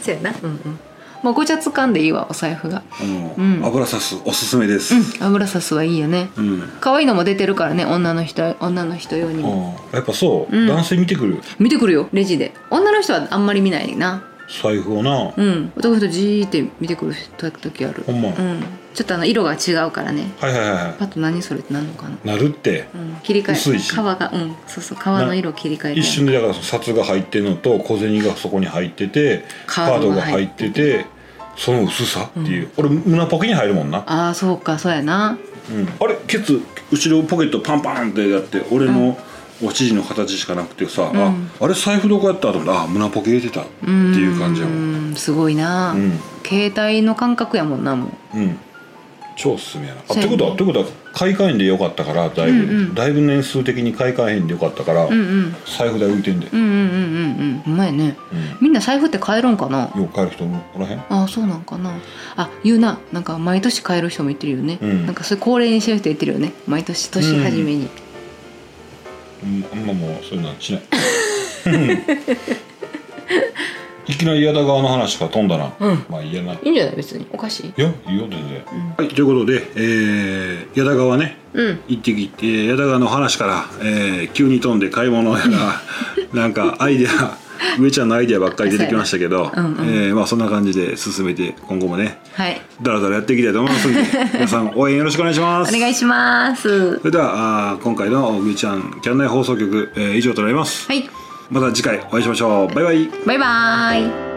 S1: そうやなうんうんまあごちゃつかんでいいわお財布が
S2: あの、
S1: うん
S2: 油さすおすすめです
S1: うん油さすはいいよね
S2: うん、
S1: 可愛いのも出てるからね女の人女の人用にも
S2: ああやっぱそう、
S1: うん
S2: 男性見てくる
S1: 見てくるよレジで女の人はあんまり見ないな
S2: 財布をな、
S1: うん男の人じーって見てくる時ある
S2: ほんま、
S1: う
S2: はい
S1: んちょっとあの色が違うからね
S2: はいはいは
S1: パッと何それってなるのかな、
S2: いなるって
S1: うん、切り替え
S2: 薄いし
S1: 皮がうんそうそう皮の色を切り替えて
S2: 一瞬でだからその札が入ってるのと小銭がそこに入ってて
S1: カ
S2: カー
S1: ード
S2: ド
S1: が
S2: が
S1: 入
S2: 入
S1: っ
S2: っててその薄さっていう、これ胸ポケに入るもんな、
S1: ああそうかそうやな
S2: うんあれケツ後ろポケットパンパンってやって俺のお乳の形しかなくてさ、あ
S1: ん
S2: あれ財布どこやったと思ったらあ胸ポケ入れてたって
S1: うん
S2: いう感じやもん
S1: んすごいな、
S2: うん
S1: 携帯の感覚やもんなもう
S2: うん超おすすめやなあ
S1: そ
S2: っ
S1: う
S2: て
S1: やね
S2: ことはってことは買い替えんでよかったからだいぶ、
S1: うんうん
S2: だいぶ年数的に買い替えへんでよかったから、
S1: うんうん
S2: 財布代浮いてんで、
S1: うんうんうんうんうんほんまやね
S2: うん
S1: みんな財布って買えるんかな
S2: よく買える人おらへん
S1: ああそうなんかなあ言うななんか毎年買える人も言ってるよね、
S2: うん
S1: なんかそれ恒例にしてる人言ってるよね毎年年初めに、
S2: うんあんまもうそういうのは しないいきなり矢田側の話から飛んだな、
S1: うん
S2: まあいいやない
S1: いんじゃない別におかしい
S2: いやいいよ全然、はいということで、えー、矢田川ね
S1: うん
S2: 行ってきてえー矢田川の話から、えー急に飛んで買い物や らなんかアイデア上ちゃんのアイデアばっかり出てきましたけど、
S1: そうやなうんうん
S2: えーまあ、そんな感じで進めて今後もね
S1: はい
S2: だらだらやっていきたいと思いま すので皆さん応援よろしくお願いしま
S1: お
S2: す。
S1: 願いします
S2: それではあー今回の上ちゃんキャンナイ放送局、えー以上となります。
S1: はい
S2: また次回お会いしましょう。バイバイ。
S1: バイバーイ